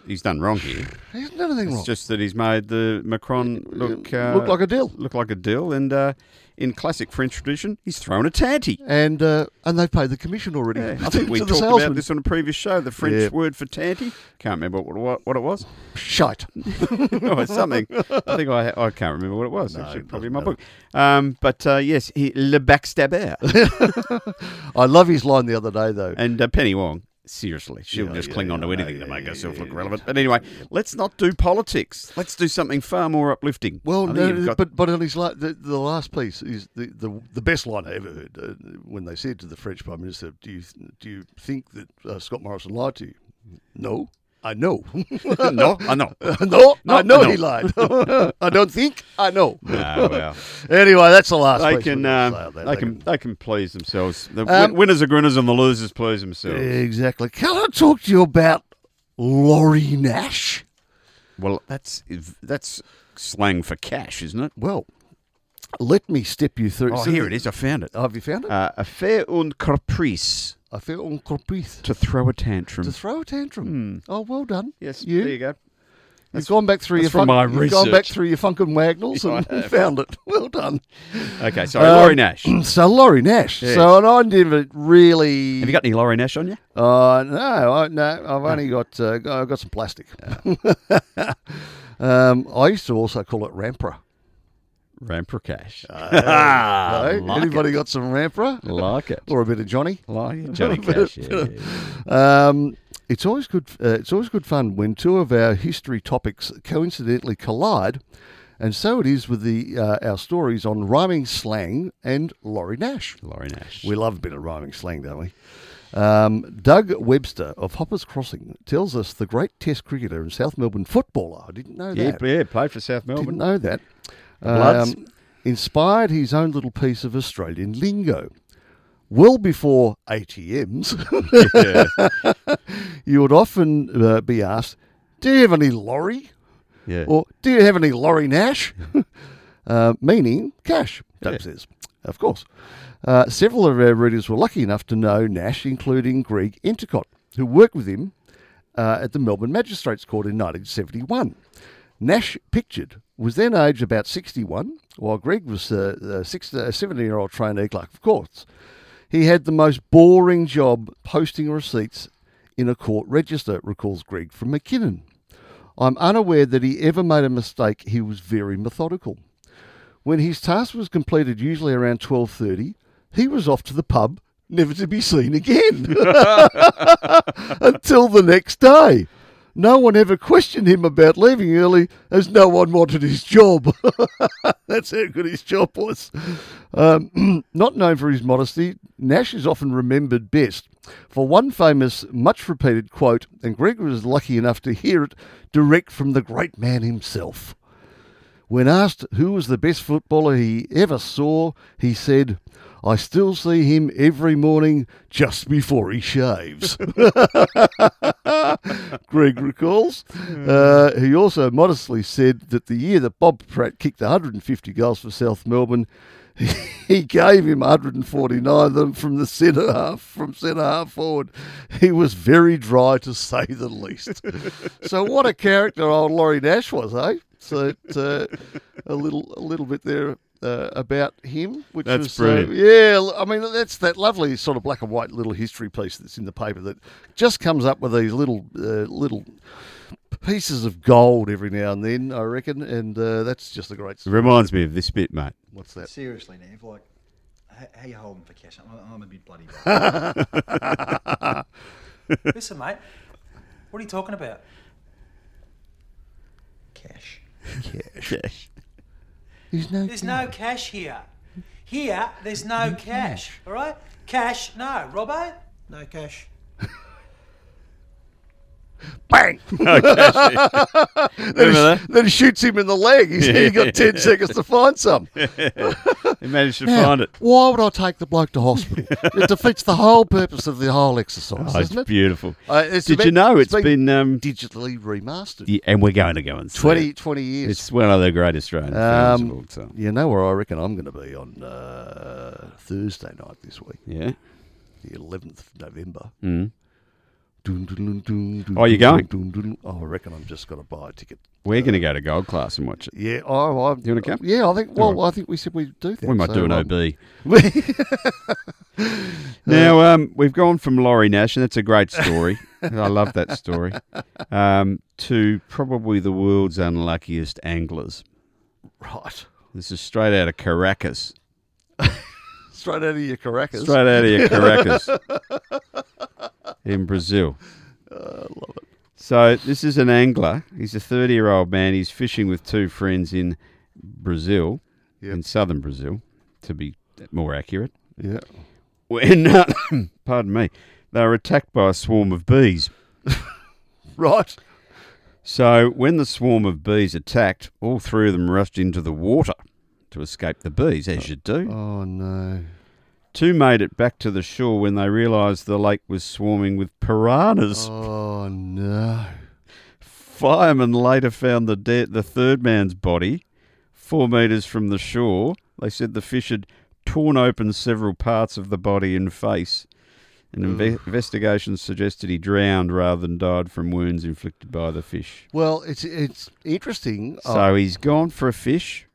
[SPEAKER 2] he's done wrong here.
[SPEAKER 1] There's nothing wrong.
[SPEAKER 2] It's just that he's made the Macron look uh,
[SPEAKER 1] Looked like a deal.
[SPEAKER 2] look like a deal, and uh, in classic French tradition, he's thrown a tanty.
[SPEAKER 1] and uh, and they've paid the commission already. *laughs*
[SPEAKER 2] Yeah, I
[SPEAKER 1] to-
[SPEAKER 2] think we
[SPEAKER 1] to
[SPEAKER 2] talked
[SPEAKER 1] the
[SPEAKER 2] about
[SPEAKER 1] salesman.
[SPEAKER 2] this on a previous show. The French
[SPEAKER 1] Yeah.
[SPEAKER 2] word for tanty can't remember what what, what it was.
[SPEAKER 1] Shite.
[SPEAKER 2] *laughs* oh, it's something. I think I I can't remember what it was. Actually,
[SPEAKER 1] it
[SPEAKER 2] probably in my
[SPEAKER 1] doesn't
[SPEAKER 2] book. Um, but uh, yes, he,
[SPEAKER 1] *laughs*
[SPEAKER 2] le backstabber
[SPEAKER 1] I love his line the other day though.
[SPEAKER 2] and uh, Penny Wong. Seriously, she'll
[SPEAKER 1] Yeah,
[SPEAKER 2] just
[SPEAKER 1] yeah,
[SPEAKER 2] cling on to
[SPEAKER 1] yeah,
[SPEAKER 2] anything
[SPEAKER 1] yeah,
[SPEAKER 2] to make
[SPEAKER 1] yeah,
[SPEAKER 2] herself
[SPEAKER 1] yeah,
[SPEAKER 2] look relevant. But anyway, let's not do politics. Let's do something far more uplifting.
[SPEAKER 1] Well,
[SPEAKER 2] I think
[SPEAKER 1] no,
[SPEAKER 2] you've got-
[SPEAKER 1] but but on his la- the, the last piece is the, the the best line I ever heard uh, when they said to the French Prime Minister, "Do you do you think that uh, Scott Morrison lied to you?" No, I know. *laughs*
[SPEAKER 2] *laughs* no, I know.
[SPEAKER 1] no, I
[SPEAKER 2] No,
[SPEAKER 1] know
[SPEAKER 2] no.
[SPEAKER 1] he lied.
[SPEAKER 2] *laughs*
[SPEAKER 1] I don't think I know.
[SPEAKER 2] Ah, well.
[SPEAKER 1] Anyway, that's the last.
[SPEAKER 2] they
[SPEAKER 1] piece
[SPEAKER 2] can,
[SPEAKER 1] we
[SPEAKER 2] uh,
[SPEAKER 1] say on that.
[SPEAKER 2] they *laughs* can, they can please themselves. The
[SPEAKER 1] Um,
[SPEAKER 2] win- winners are grinners, and the losers please themselves.
[SPEAKER 1] exactly. Can I talk to you about Laurie Nash?
[SPEAKER 2] Well, that's that's slang for cash, isn't it?
[SPEAKER 1] Well, let me step you through.
[SPEAKER 2] Oh,
[SPEAKER 1] So
[SPEAKER 2] here
[SPEAKER 1] the-
[SPEAKER 2] it is. I found it.
[SPEAKER 1] Have you found it?
[SPEAKER 2] Uh, affair und caprice
[SPEAKER 1] I feel on corpus
[SPEAKER 2] to throw a tantrum.
[SPEAKER 1] to throw a tantrum. Oh, well done.
[SPEAKER 2] Hmm. yes,
[SPEAKER 1] you.
[SPEAKER 2] there you go.
[SPEAKER 1] You've gone back through your
[SPEAKER 2] that's from
[SPEAKER 1] fun-
[SPEAKER 2] my
[SPEAKER 1] You've gone back
[SPEAKER 2] research.
[SPEAKER 1] through your Funk and Wagnalls
[SPEAKER 2] *laughs* Yeah, I
[SPEAKER 1] and
[SPEAKER 2] have.
[SPEAKER 1] found it. Well done.
[SPEAKER 2] Okay, sorry,
[SPEAKER 1] Um,
[SPEAKER 2] Laurie Nash. Have
[SPEAKER 1] So Laurie Nash.
[SPEAKER 2] Yes.
[SPEAKER 1] So and I never really.
[SPEAKER 2] you got any Laurie Nash on you?
[SPEAKER 1] Uh, no, I, no. I've only got uh, g- I've got some plastic. *laughs* um, I used to also call it rampra.
[SPEAKER 2] Rampra *laughs* Cash. Ah,
[SPEAKER 1] No? Anybody got some rampra
[SPEAKER 2] like it.
[SPEAKER 1] or a bit of Johnny?
[SPEAKER 2] Like
[SPEAKER 1] *laughs*
[SPEAKER 2] it. Johnny Cash. Yeah, yeah.
[SPEAKER 1] Um, it's always good. Uh, it's always good fun when two of our history topics coincidentally collide, and so it is with the uh, our stories on rhyming slang and Laurie Nash.
[SPEAKER 2] Laurie Nash.
[SPEAKER 1] We love a bit of rhyming slang, don't we? Um, Doug Webster of Hoppers Crossing tells us the great Test cricketer and South Melbourne footballer. I didn't know
[SPEAKER 2] yeah,
[SPEAKER 1] that.
[SPEAKER 2] yeah, played for South
[SPEAKER 1] Didn't
[SPEAKER 2] Melbourne.
[SPEAKER 1] know that. Um,
[SPEAKER 2] Bloods.
[SPEAKER 1] inspired his own little piece of Australian lingo. Well before ATMs,
[SPEAKER 2] Yeah.
[SPEAKER 1] *laughs* you would often uh, be asked, "Do you have any lorry?"
[SPEAKER 2] yeah.
[SPEAKER 1] or "Do you have any lorry Nash?" *laughs* uh, meaning cash. Dope says, of course. Uh, several of our readers were lucky enough to know Nash, including Greg Enticott, who worked with him uh, at the Melbourne Magistrates Court in 1971. Nash pictured was then aged about 61, while Greg was uh, a 17-year-old trainee clerk of courts. He had the most boring job posting receipts in a court register, recalls Greg from McKinnon. I'm unaware that he ever made a mistake. He was very methodical. When his task was completed, usually around 12:30, he was off to the pub, never to be seen again *laughs* until the next day. No one ever questioned him about leaving early, as no one wanted his job. *laughs* That's how good his job was. Um, *clears throat* not known for his modesty, Nash is often remembered best for one famous, much repeated quote, and Greg was lucky enough to hear it direct from the great man himself. When asked who was the best footballer he ever saw, he said, I still see him every morning just before he shaves. *laughs* Greg recalls. Uh, he also modestly said that the year that Bob Pratt kicked 150 goals for South Melbourne, he gave him 149 of them from the centre half, from centre half forward. He was very dry to say the least. so what a character old Laurie Nash was, eh? So uh, a little, a little bit there. Uh, about him, which
[SPEAKER 2] That's
[SPEAKER 1] was
[SPEAKER 2] brilliant.
[SPEAKER 1] Uh, yeah, I mean that's that lovely sort of black and white little history piece that's in the paper that just comes up with these little uh, little pieces of gold every now and then, I reckon, and uh, that's just a great.
[SPEAKER 2] It reminds me of this bit, mate.
[SPEAKER 1] What's that?
[SPEAKER 5] Seriously, Nav, like, h- how you holding for cash? I'm, I'm a bit bloody. bad. Listen, mate,
[SPEAKER 6] What are you talking about?
[SPEAKER 5] Cash.
[SPEAKER 2] Cash.
[SPEAKER 1] There's no.
[SPEAKER 6] There's no cash here. Here, there's no cash. All right? Cash, no. Robbo?
[SPEAKER 5] No cash.
[SPEAKER 1] Bang!
[SPEAKER 2] *laughs* Remember that?
[SPEAKER 1] *laughs* Then he shoots him in the leg. He's he
[SPEAKER 2] *laughs*
[SPEAKER 1] got 10 seconds to find some.
[SPEAKER 2] He managed to
[SPEAKER 1] Now,
[SPEAKER 2] find it.
[SPEAKER 1] Why would I take the bloke to
[SPEAKER 2] *laughs*
[SPEAKER 1] hospital? it defeats the whole purpose of the whole exercise,
[SPEAKER 2] Oh, it's
[SPEAKER 1] isn't it?
[SPEAKER 2] beautiful.
[SPEAKER 1] Uh, it's
[SPEAKER 2] Did
[SPEAKER 1] been-
[SPEAKER 2] you know
[SPEAKER 1] it's
[SPEAKER 2] it's
[SPEAKER 1] been-
[SPEAKER 2] been, um,
[SPEAKER 1] Digitally remastered.
[SPEAKER 2] yeah, and we're going to go and see
[SPEAKER 1] Twenty, twenty 20, 20
[SPEAKER 2] it.
[SPEAKER 1] years.
[SPEAKER 2] It's one of the great Australian films of all
[SPEAKER 1] um,
[SPEAKER 2] time.
[SPEAKER 1] you know where I reckon I'm going to be on uh, Thursday night this week,
[SPEAKER 2] Yeah.
[SPEAKER 1] the 11th of November.
[SPEAKER 2] Mm.
[SPEAKER 1] Dun, dun, dun, dun, dun,
[SPEAKER 2] Oh, you
[SPEAKER 1] dun,
[SPEAKER 2] going?
[SPEAKER 1] dun, dun, dun. Oh, I reckon I'm just going to buy a ticket.
[SPEAKER 2] We're going to go to Gold Class and watch it.
[SPEAKER 1] Yeah, oh, I,
[SPEAKER 2] You wanna come?
[SPEAKER 1] Yeah, I think. Well,
[SPEAKER 2] Alright.
[SPEAKER 1] I think we said we'd do that.
[SPEAKER 2] We might
[SPEAKER 1] so,
[SPEAKER 2] do an
[SPEAKER 1] um,
[SPEAKER 2] OB.
[SPEAKER 1] *laughs*
[SPEAKER 2] Now,
[SPEAKER 1] Uh,
[SPEAKER 2] um, we've gone from Laurie Nash, and that's a great
[SPEAKER 1] *laughs*
[SPEAKER 2] story. I love that story. Um, to probably the world's unluckiest anglers.
[SPEAKER 1] right,
[SPEAKER 2] This is straight out of Caracas.
[SPEAKER 1] straight out of your Caracas.
[SPEAKER 2] Straight out of your
[SPEAKER 1] *laughs*
[SPEAKER 2] Caracas in Brazil. I love it.
[SPEAKER 1] Uh,
[SPEAKER 2] So this is an angler. He's a 30-year-old man. He's fishing with two friends in Brazil,
[SPEAKER 1] Yep.
[SPEAKER 2] in southern Brazil, to be more accurate.
[SPEAKER 1] Yeah.
[SPEAKER 2] When, *coughs* pardon me, they were attacked by a swarm of bees.
[SPEAKER 1] Right.
[SPEAKER 2] So when the swarm of bees attacked, all three of them rushed into the water to escape the bees, as you do.
[SPEAKER 1] Oh no.
[SPEAKER 2] Two made it back to the shore when they realised the lake was swarming with piranhas.
[SPEAKER 1] Oh no.
[SPEAKER 2] Firemen later found the de- the third man's body, four metres from the shore. They said the fish had torn open several parts of the body and face. An inve- investigation suggested he drowned rather than died from wounds inflicted by the fish.
[SPEAKER 1] Well, it's it's interesting.
[SPEAKER 2] So he's gone for a fish,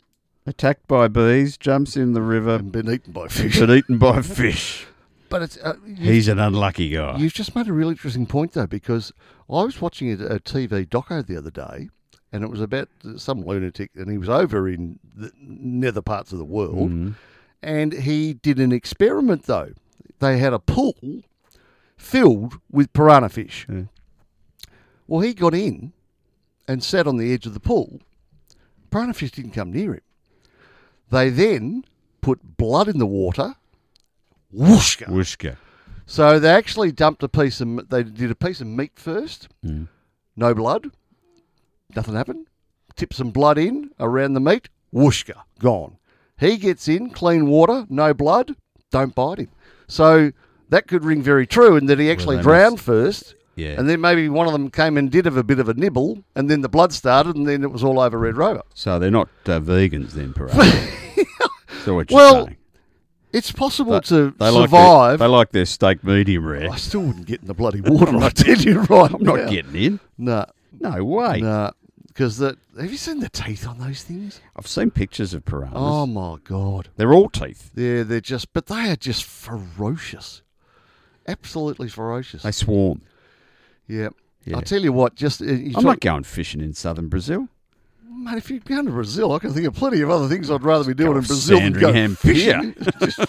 [SPEAKER 2] attacked by bees, jumps in the river, *laughs*
[SPEAKER 1] and been eaten by fish.
[SPEAKER 2] and eaten *laughs* by fish.
[SPEAKER 1] But it's uh, you,
[SPEAKER 2] He's an unlucky guy.
[SPEAKER 1] you've just made a really interesting point though, because I was watching a, a TV doco the other day, and it was about some lunatic, and he was over in the nether parts of the world, and he did an experiment though. They had a pool filled with piranha fish.
[SPEAKER 2] Yeah.
[SPEAKER 1] Well, he got in and sat on the edge of the pool. Piranha fish didn't come near him. They then put blood in the water. Whoosh! go.
[SPEAKER 2] Wooshka.
[SPEAKER 1] So they actually dumped a piece of they did a piece of meat first.
[SPEAKER 2] Mm.
[SPEAKER 1] No blood. Nothing happened. Tip some blood in around the meat. Whooshka, gone. He gets in clean water, no blood. Don't bite him. So that could ring very true in that he actually
[SPEAKER 2] they
[SPEAKER 1] drowned first.
[SPEAKER 2] Yeah.
[SPEAKER 1] And then maybe one of them came and did have a bit of a nibble, and then the blood started, and then it was all over Red Rover.
[SPEAKER 2] So they're not uh, vegans then, *laughs* piranhas. so what you're
[SPEAKER 1] Well,
[SPEAKER 2] saying.
[SPEAKER 1] It's possible
[SPEAKER 2] They-
[SPEAKER 1] to
[SPEAKER 2] they Like
[SPEAKER 1] survive.
[SPEAKER 2] their, they like their steak medium rare.
[SPEAKER 1] I still wouldn't get in the bloody
[SPEAKER 2] *laughs*
[SPEAKER 1] water. I tell you right.
[SPEAKER 2] I'm not
[SPEAKER 1] now.
[SPEAKER 2] getting in.
[SPEAKER 1] No,
[SPEAKER 2] No way.
[SPEAKER 1] No, because that have you seen the teeth on those things?
[SPEAKER 2] I've seen pictures of piranhas.
[SPEAKER 1] Oh my god!
[SPEAKER 2] They're all teeth.
[SPEAKER 1] Yeah, they're just, but they are just ferocious, absolutely ferocious.
[SPEAKER 2] They swarm.
[SPEAKER 1] yeah.
[SPEAKER 2] Yeah.
[SPEAKER 1] I tell you what, just uh, you
[SPEAKER 2] I'm
[SPEAKER 1] talk,
[SPEAKER 2] not going fishing in southern Brazil.
[SPEAKER 1] mate. If you're going to Brazil, I can think of plenty of other things I'd rather be doing
[SPEAKER 2] Go
[SPEAKER 1] in Brazil than go
[SPEAKER 2] Sandringham
[SPEAKER 1] fishing.
[SPEAKER 2] Pier.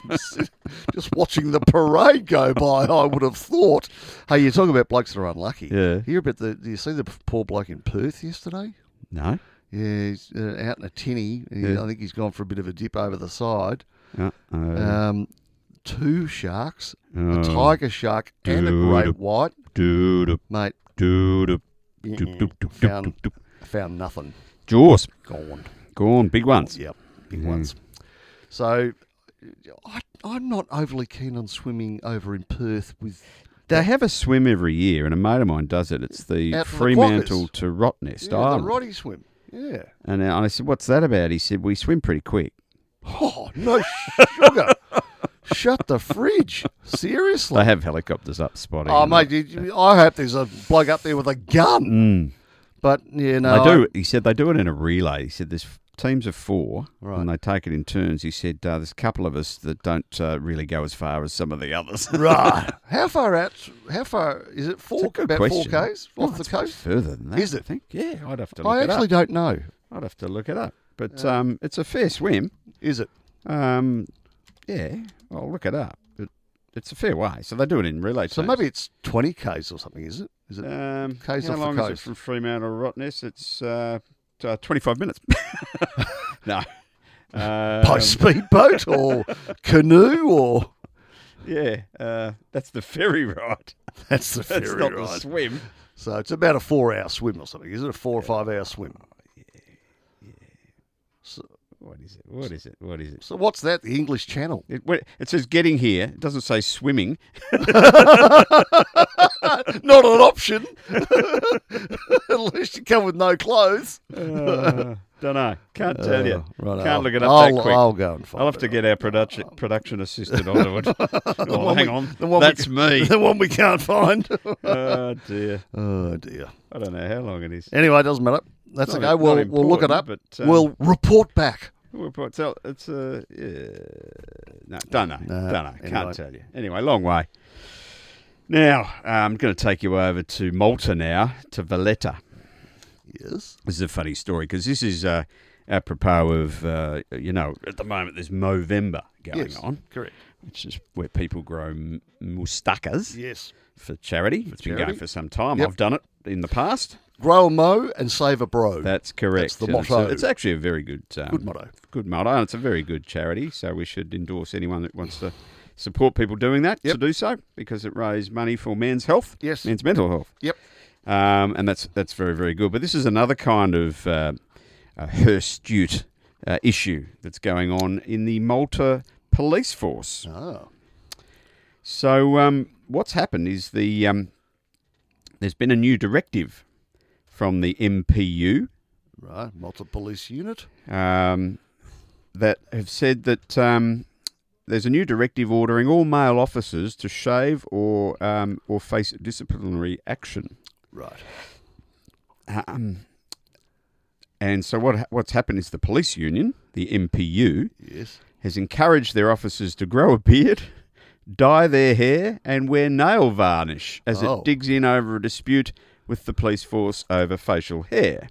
[SPEAKER 1] *laughs* just, just watching the parade go by, I would have thought. Hey, you talk about blokes that are unlucky.
[SPEAKER 2] Yeah.
[SPEAKER 1] Hear about the? Do you see the poor bloke in Perth yesterday?
[SPEAKER 2] No.
[SPEAKER 1] Yeah, he's uh, out in a tinny. He-
[SPEAKER 2] Yeah.
[SPEAKER 1] I think he's gone for a bit of a dip over the side.
[SPEAKER 2] Uh, uh,
[SPEAKER 1] Um, two sharks,
[SPEAKER 2] Oh.
[SPEAKER 1] a tiger shark and a great
[SPEAKER 2] Dude.
[SPEAKER 1] white,
[SPEAKER 2] doo-doo,
[SPEAKER 1] mate.
[SPEAKER 2] doo-doo, doop, doop, doop,
[SPEAKER 1] Found-
[SPEAKER 2] doop, doop.
[SPEAKER 1] Found nothing.
[SPEAKER 2] Jaws.
[SPEAKER 1] Gone.
[SPEAKER 2] Gone. Big ones.
[SPEAKER 1] Yep, big ones. So, I, I'm not overly keen on swimming over in Perth with.
[SPEAKER 2] They have a swim every year, and a mate of mine does it. It's the
[SPEAKER 1] Out in the
[SPEAKER 2] Fremantle
[SPEAKER 1] Quokkas.
[SPEAKER 2] to Rottnest
[SPEAKER 1] Yeah, the
[SPEAKER 2] Island.
[SPEAKER 1] Roddy swim.
[SPEAKER 2] *laughs*
[SPEAKER 1] Yeah.
[SPEAKER 2] and I said, What's that about? He said, We swim pretty quick.
[SPEAKER 1] Oh no, sugar! Shut the fridge. Seriously.
[SPEAKER 2] They have helicopters up spotting.
[SPEAKER 1] Oh,
[SPEAKER 2] them.
[SPEAKER 1] mate, you- you- I hope there's a bloke up there with a gun. But, you know.
[SPEAKER 2] they Mm. do. He said they do it in a relay. He said there's f- teams of four,
[SPEAKER 1] Right.
[SPEAKER 2] and they take it in turns. He said uh, there's a couple of us that don't uh, really go as far as some of the others. *laughs*
[SPEAKER 1] Right. How far out? How far? Is it
[SPEAKER 2] It's a
[SPEAKER 1] four?
[SPEAKER 2] good
[SPEAKER 1] About
[SPEAKER 2] question.
[SPEAKER 1] four Ks
[SPEAKER 2] Oh,
[SPEAKER 1] off the
[SPEAKER 2] it's a bit
[SPEAKER 1] coast?
[SPEAKER 2] Further than that,
[SPEAKER 1] Is
[SPEAKER 2] I
[SPEAKER 1] it?
[SPEAKER 2] think. Yeah, I'd have to look
[SPEAKER 1] I
[SPEAKER 2] it
[SPEAKER 1] actually
[SPEAKER 2] up.
[SPEAKER 1] don't know.
[SPEAKER 2] I'd have to look it up. But um, it's a fair swim.
[SPEAKER 1] Is it?
[SPEAKER 2] Um, yeah, I'll look it up. But it's a fair way. So they do it in relay.
[SPEAKER 1] So
[SPEAKER 2] teams.
[SPEAKER 1] maybe it's 20 Ks or something, is it? Is Is it?
[SPEAKER 2] Um,
[SPEAKER 1] Coast
[SPEAKER 2] how
[SPEAKER 1] off the
[SPEAKER 2] long is it
[SPEAKER 1] coast.
[SPEAKER 2] from Fremantle to Rottnest? It's uh, t- uh, 25 minutes. *laughs* no. Um,
[SPEAKER 1] by speedboat
[SPEAKER 2] *laughs*
[SPEAKER 1] or canoe or
[SPEAKER 2] Yeah, uh, that's the ferry ride.
[SPEAKER 1] that's the ferry
[SPEAKER 2] *laughs* That's not the
[SPEAKER 1] ride.
[SPEAKER 2] swim.
[SPEAKER 1] so it's about a four-hour swim or something. Is it a four or five-hour swim?
[SPEAKER 2] What is it? What is it? What is it?
[SPEAKER 1] So what's that? The English
[SPEAKER 2] *laughs*
[SPEAKER 1] Channel.
[SPEAKER 2] It, what- it says getting here. It doesn't say swimming. *laughs*
[SPEAKER 1] Not an option, *laughs* unless you come with no clothes. Uh,
[SPEAKER 2] Uh, don't know. Can't tell you.
[SPEAKER 1] right,
[SPEAKER 2] Can't
[SPEAKER 1] I'll-
[SPEAKER 2] look it up
[SPEAKER 1] I'll-
[SPEAKER 2] that quick.
[SPEAKER 1] I'll go and find
[SPEAKER 2] I'll have to
[SPEAKER 1] it
[SPEAKER 2] get our production production assistant onto *laughs* it. oh,
[SPEAKER 1] one
[SPEAKER 2] hang
[SPEAKER 1] we-
[SPEAKER 2] on.
[SPEAKER 1] the one we-
[SPEAKER 2] That's *laughs*
[SPEAKER 1] *laughs*
[SPEAKER 2] me.
[SPEAKER 1] the one we can't find. *laughs*
[SPEAKER 2] oh dear.
[SPEAKER 1] oh dear.
[SPEAKER 2] I don't know how long it is.
[SPEAKER 1] Anyway, it doesn't matter. That's
[SPEAKER 2] Not
[SPEAKER 1] okay.
[SPEAKER 2] im-
[SPEAKER 1] We'll
[SPEAKER 2] not
[SPEAKER 1] we'll look it
[SPEAKER 2] important,
[SPEAKER 1] up.
[SPEAKER 2] but, um,
[SPEAKER 1] we'll report back.
[SPEAKER 2] Well, but It's a, it's a yeah. no, don't know,
[SPEAKER 1] No,
[SPEAKER 2] don't know,
[SPEAKER 1] Uh, anyway.
[SPEAKER 2] can't tell you. Anyway, long way. Now uh, I'm going to take you over to Malta now to Valletta.
[SPEAKER 1] Yes.
[SPEAKER 2] This is a funny story because this is uh, apropos of uh, you know at the moment there's Movember going
[SPEAKER 1] yes.
[SPEAKER 2] on,
[SPEAKER 1] Correct.
[SPEAKER 2] which is where people grow m- mustakas
[SPEAKER 1] Yes.
[SPEAKER 2] for charity. It's been
[SPEAKER 1] charity.
[SPEAKER 2] going for some time.
[SPEAKER 1] Yep.
[SPEAKER 2] I've done it in the past.
[SPEAKER 1] Grow a mo and save a bro.
[SPEAKER 2] That's correct.
[SPEAKER 1] the
[SPEAKER 2] And it's a-
[SPEAKER 1] motto.
[SPEAKER 2] It's, actually a very good um,
[SPEAKER 1] Good motto.
[SPEAKER 2] Good motto. And it's a very good charity. So we should endorse anyone that wants to support people doing that to do so because it raised money for men's health,
[SPEAKER 1] Yes.
[SPEAKER 2] men's mental health.
[SPEAKER 1] Yep.
[SPEAKER 2] Um, and that's that's very very good. But this is another kind of uh, uh, hirsute uh, issue that's going on in the Malta police force.
[SPEAKER 1] Oh.
[SPEAKER 2] So um, what's happened is the um, there's been a new directive from the MPU,
[SPEAKER 1] Right. Multi police unit.
[SPEAKER 2] um, that have said that um, there's a new directive ordering all male officers to shave or um, or face disciplinary action. *clears throat*
[SPEAKER 1] Right.
[SPEAKER 2] Um, and so what ha- what's happened is the police union, the MPU,
[SPEAKER 1] Yes.
[SPEAKER 2] has encouraged their officers to grow a beard, dye their hair, and wear nail varnish as
[SPEAKER 1] Oh.
[SPEAKER 2] it digs in over a dispute with the police force over facial hair.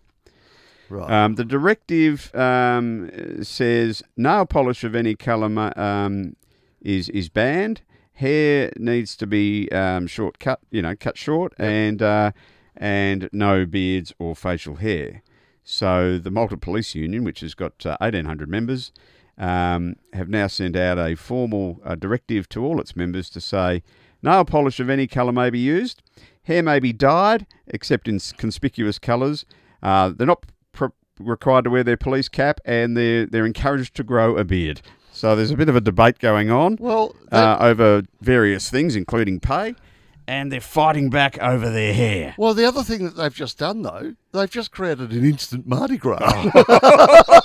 [SPEAKER 1] Right.
[SPEAKER 2] Um, the directive um, uh, says nail polish of any colour um, is is banned. Hair needs to be um, short cut, you know, cut short, and uh, and no beards or facial hair. So the Malta Police Union, which has got uh, 1,800 members, um, have now sent out a formal uh, directive to all its members to say nail polish of any colour may be used, hair may be dyed except in s- conspicuous colours. Uh, they're not pr- required to wear their police cap, and they're they're encouraged to grow a beard. So there's a bit of a debate going on
[SPEAKER 1] well,
[SPEAKER 2] uh, over various things, including pay, and they're fighting back over their
[SPEAKER 1] *laughs*
[SPEAKER 2] hair.
[SPEAKER 1] Well, the other thing that they've just done, though, they've just created an instant Mardi Gras.
[SPEAKER 2] Oh.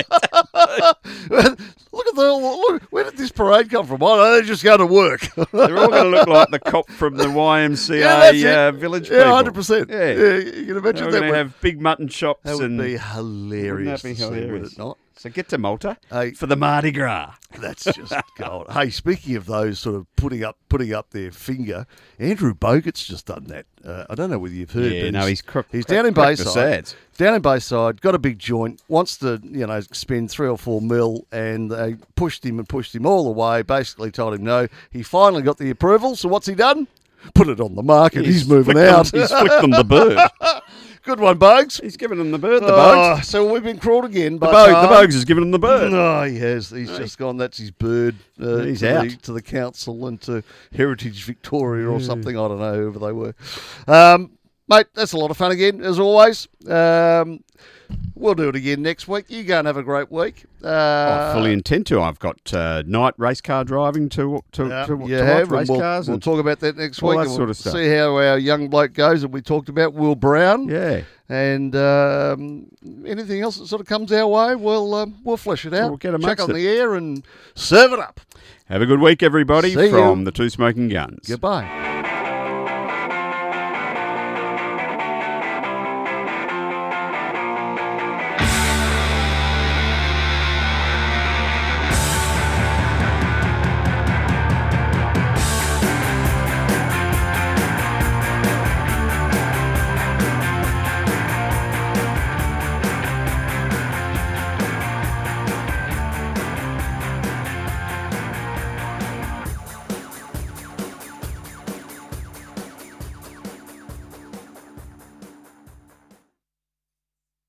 [SPEAKER 1] *laughs*
[SPEAKER 2] *laughs*
[SPEAKER 1] look at the look. Where did this parade come from? Oh, they just go to work.
[SPEAKER 2] They're all going to look like the cop from *laughs* the YMCA
[SPEAKER 1] that's it.
[SPEAKER 2] uh, village.
[SPEAKER 1] yeah,
[SPEAKER 2] people.
[SPEAKER 1] hundred percent.
[SPEAKER 2] Yeah.
[SPEAKER 1] you can imagine
[SPEAKER 2] They're
[SPEAKER 1] that.
[SPEAKER 2] going to
[SPEAKER 1] would-
[SPEAKER 2] have big mutton chops
[SPEAKER 1] that would
[SPEAKER 2] and
[SPEAKER 1] be
[SPEAKER 2] Wouldn't
[SPEAKER 1] hilarious.
[SPEAKER 2] that be
[SPEAKER 1] to see, would
[SPEAKER 2] hilarious?
[SPEAKER 1] it not?
[SPEAKER 2] So get to Malta
[SPEAKER 1] Hey.
[SPEAKER 2] for the Mardi Gras.
[SPEAKER 1] *laughs* That's just gold. Hey, speaking of those sort of putting up putting up their finger, Andrew Bogut's just done that. Uh, I don't know whether you've heard.
[SPEAKER 2] Yeah,
[SPEAKER 1] but
[SPEAKER 2] no, he's crook-
[SPEAKER 1] he's
[SPEAKER 2] crook-
[SPEAKER 1] down in
[SPEAKER 2] crook the
[SPEAKER 1] Bayside.
[SPEAKER 2] sads.
[SPEAKER 1] Down in Bayside, got a big joint, wants to you know spend three or four mil, and they pushed him and pushed him all the way. Basically, told him no. He finally got the approval. So what's he done? Put it on the market. He's,
[SPEAKER 2] *laughs*
[SPEAKER 1] moving
[SPEAKER 2] flicked
[SPEAKER 1] out.
[SPEAKER 2] Them, he's flicked them the bird.
[SPEAKER 1] *laughs* Good one, Bogues.
[SPEAKER 2] He's given them the bird. The
[SPEAKER 1] Oh,
[SPEAKER 2] Bogues.
[SPEAKER 1] so we've been crawled again.
[SPEAKER 2] The,
[SPEAKER 1] but,
[SPEAKER 2] Bogue, the
[SPEAKER 1] uh,
[SPEAKER 2] Bogues has given them the bird.
[SPEAKER 1] no, he has. He's just gone. That's his bird. Uh,
[SPEAKER 2] He's
[SPEAKER 1] to, The,
[SPEAKER 2] out.
[SPEAKER 1] to the council and to Heritage Victoria or something. I don't know whoever they were. Um, mate, that's a lot of fun again as always. Um, we'll do it again next week. You go and have a great week. Uh,
[SPEAKER 2] I Oh, fully intend to. I've got uh, night race car driving to to,
[SPEAKER 1] yeah,
[SPEAKER 2] to,
[SPEAKER 1] you
[SPEAKER 2] to
[SPEAKER 1] have,
[SPEAKER 2] watch race
[SPEAKER 1] and we'll,
[SPEAKER 2] cars.
[SPEAKER 1] we'll
[SPEAKER 2] and,
[SPEAKER 1] talk about that next
[SPEAKER 2] all
[SPEAKER 1] week.
[SPEAKER 2] that
[SPEAKER 1] and we'll
[SPEAKER 2] sort of stuff.
[SPEAKER 1] See how our young bloke goes that we talked about, Will Brown.
[SPEAKER 2] yeah,
[SPEAKER 1] And um, anything else that sort of comes our way, we'll um, we'll flesh it out.
[SPEAKER 2] We'll get
[SPEAKER 1] Check
[SPEAKER 2] amongst
[SPEAKER 1] on
[SPEAKER 2] it.
[SPEAKER 1] the air and serve it up.
[SPEAKER 2] have a good week, everybody,
[SPEAKER 1] See you.
[SPEAKER 2] from the Two Smoking Guns.
[SPEAKER 1] Goodbye.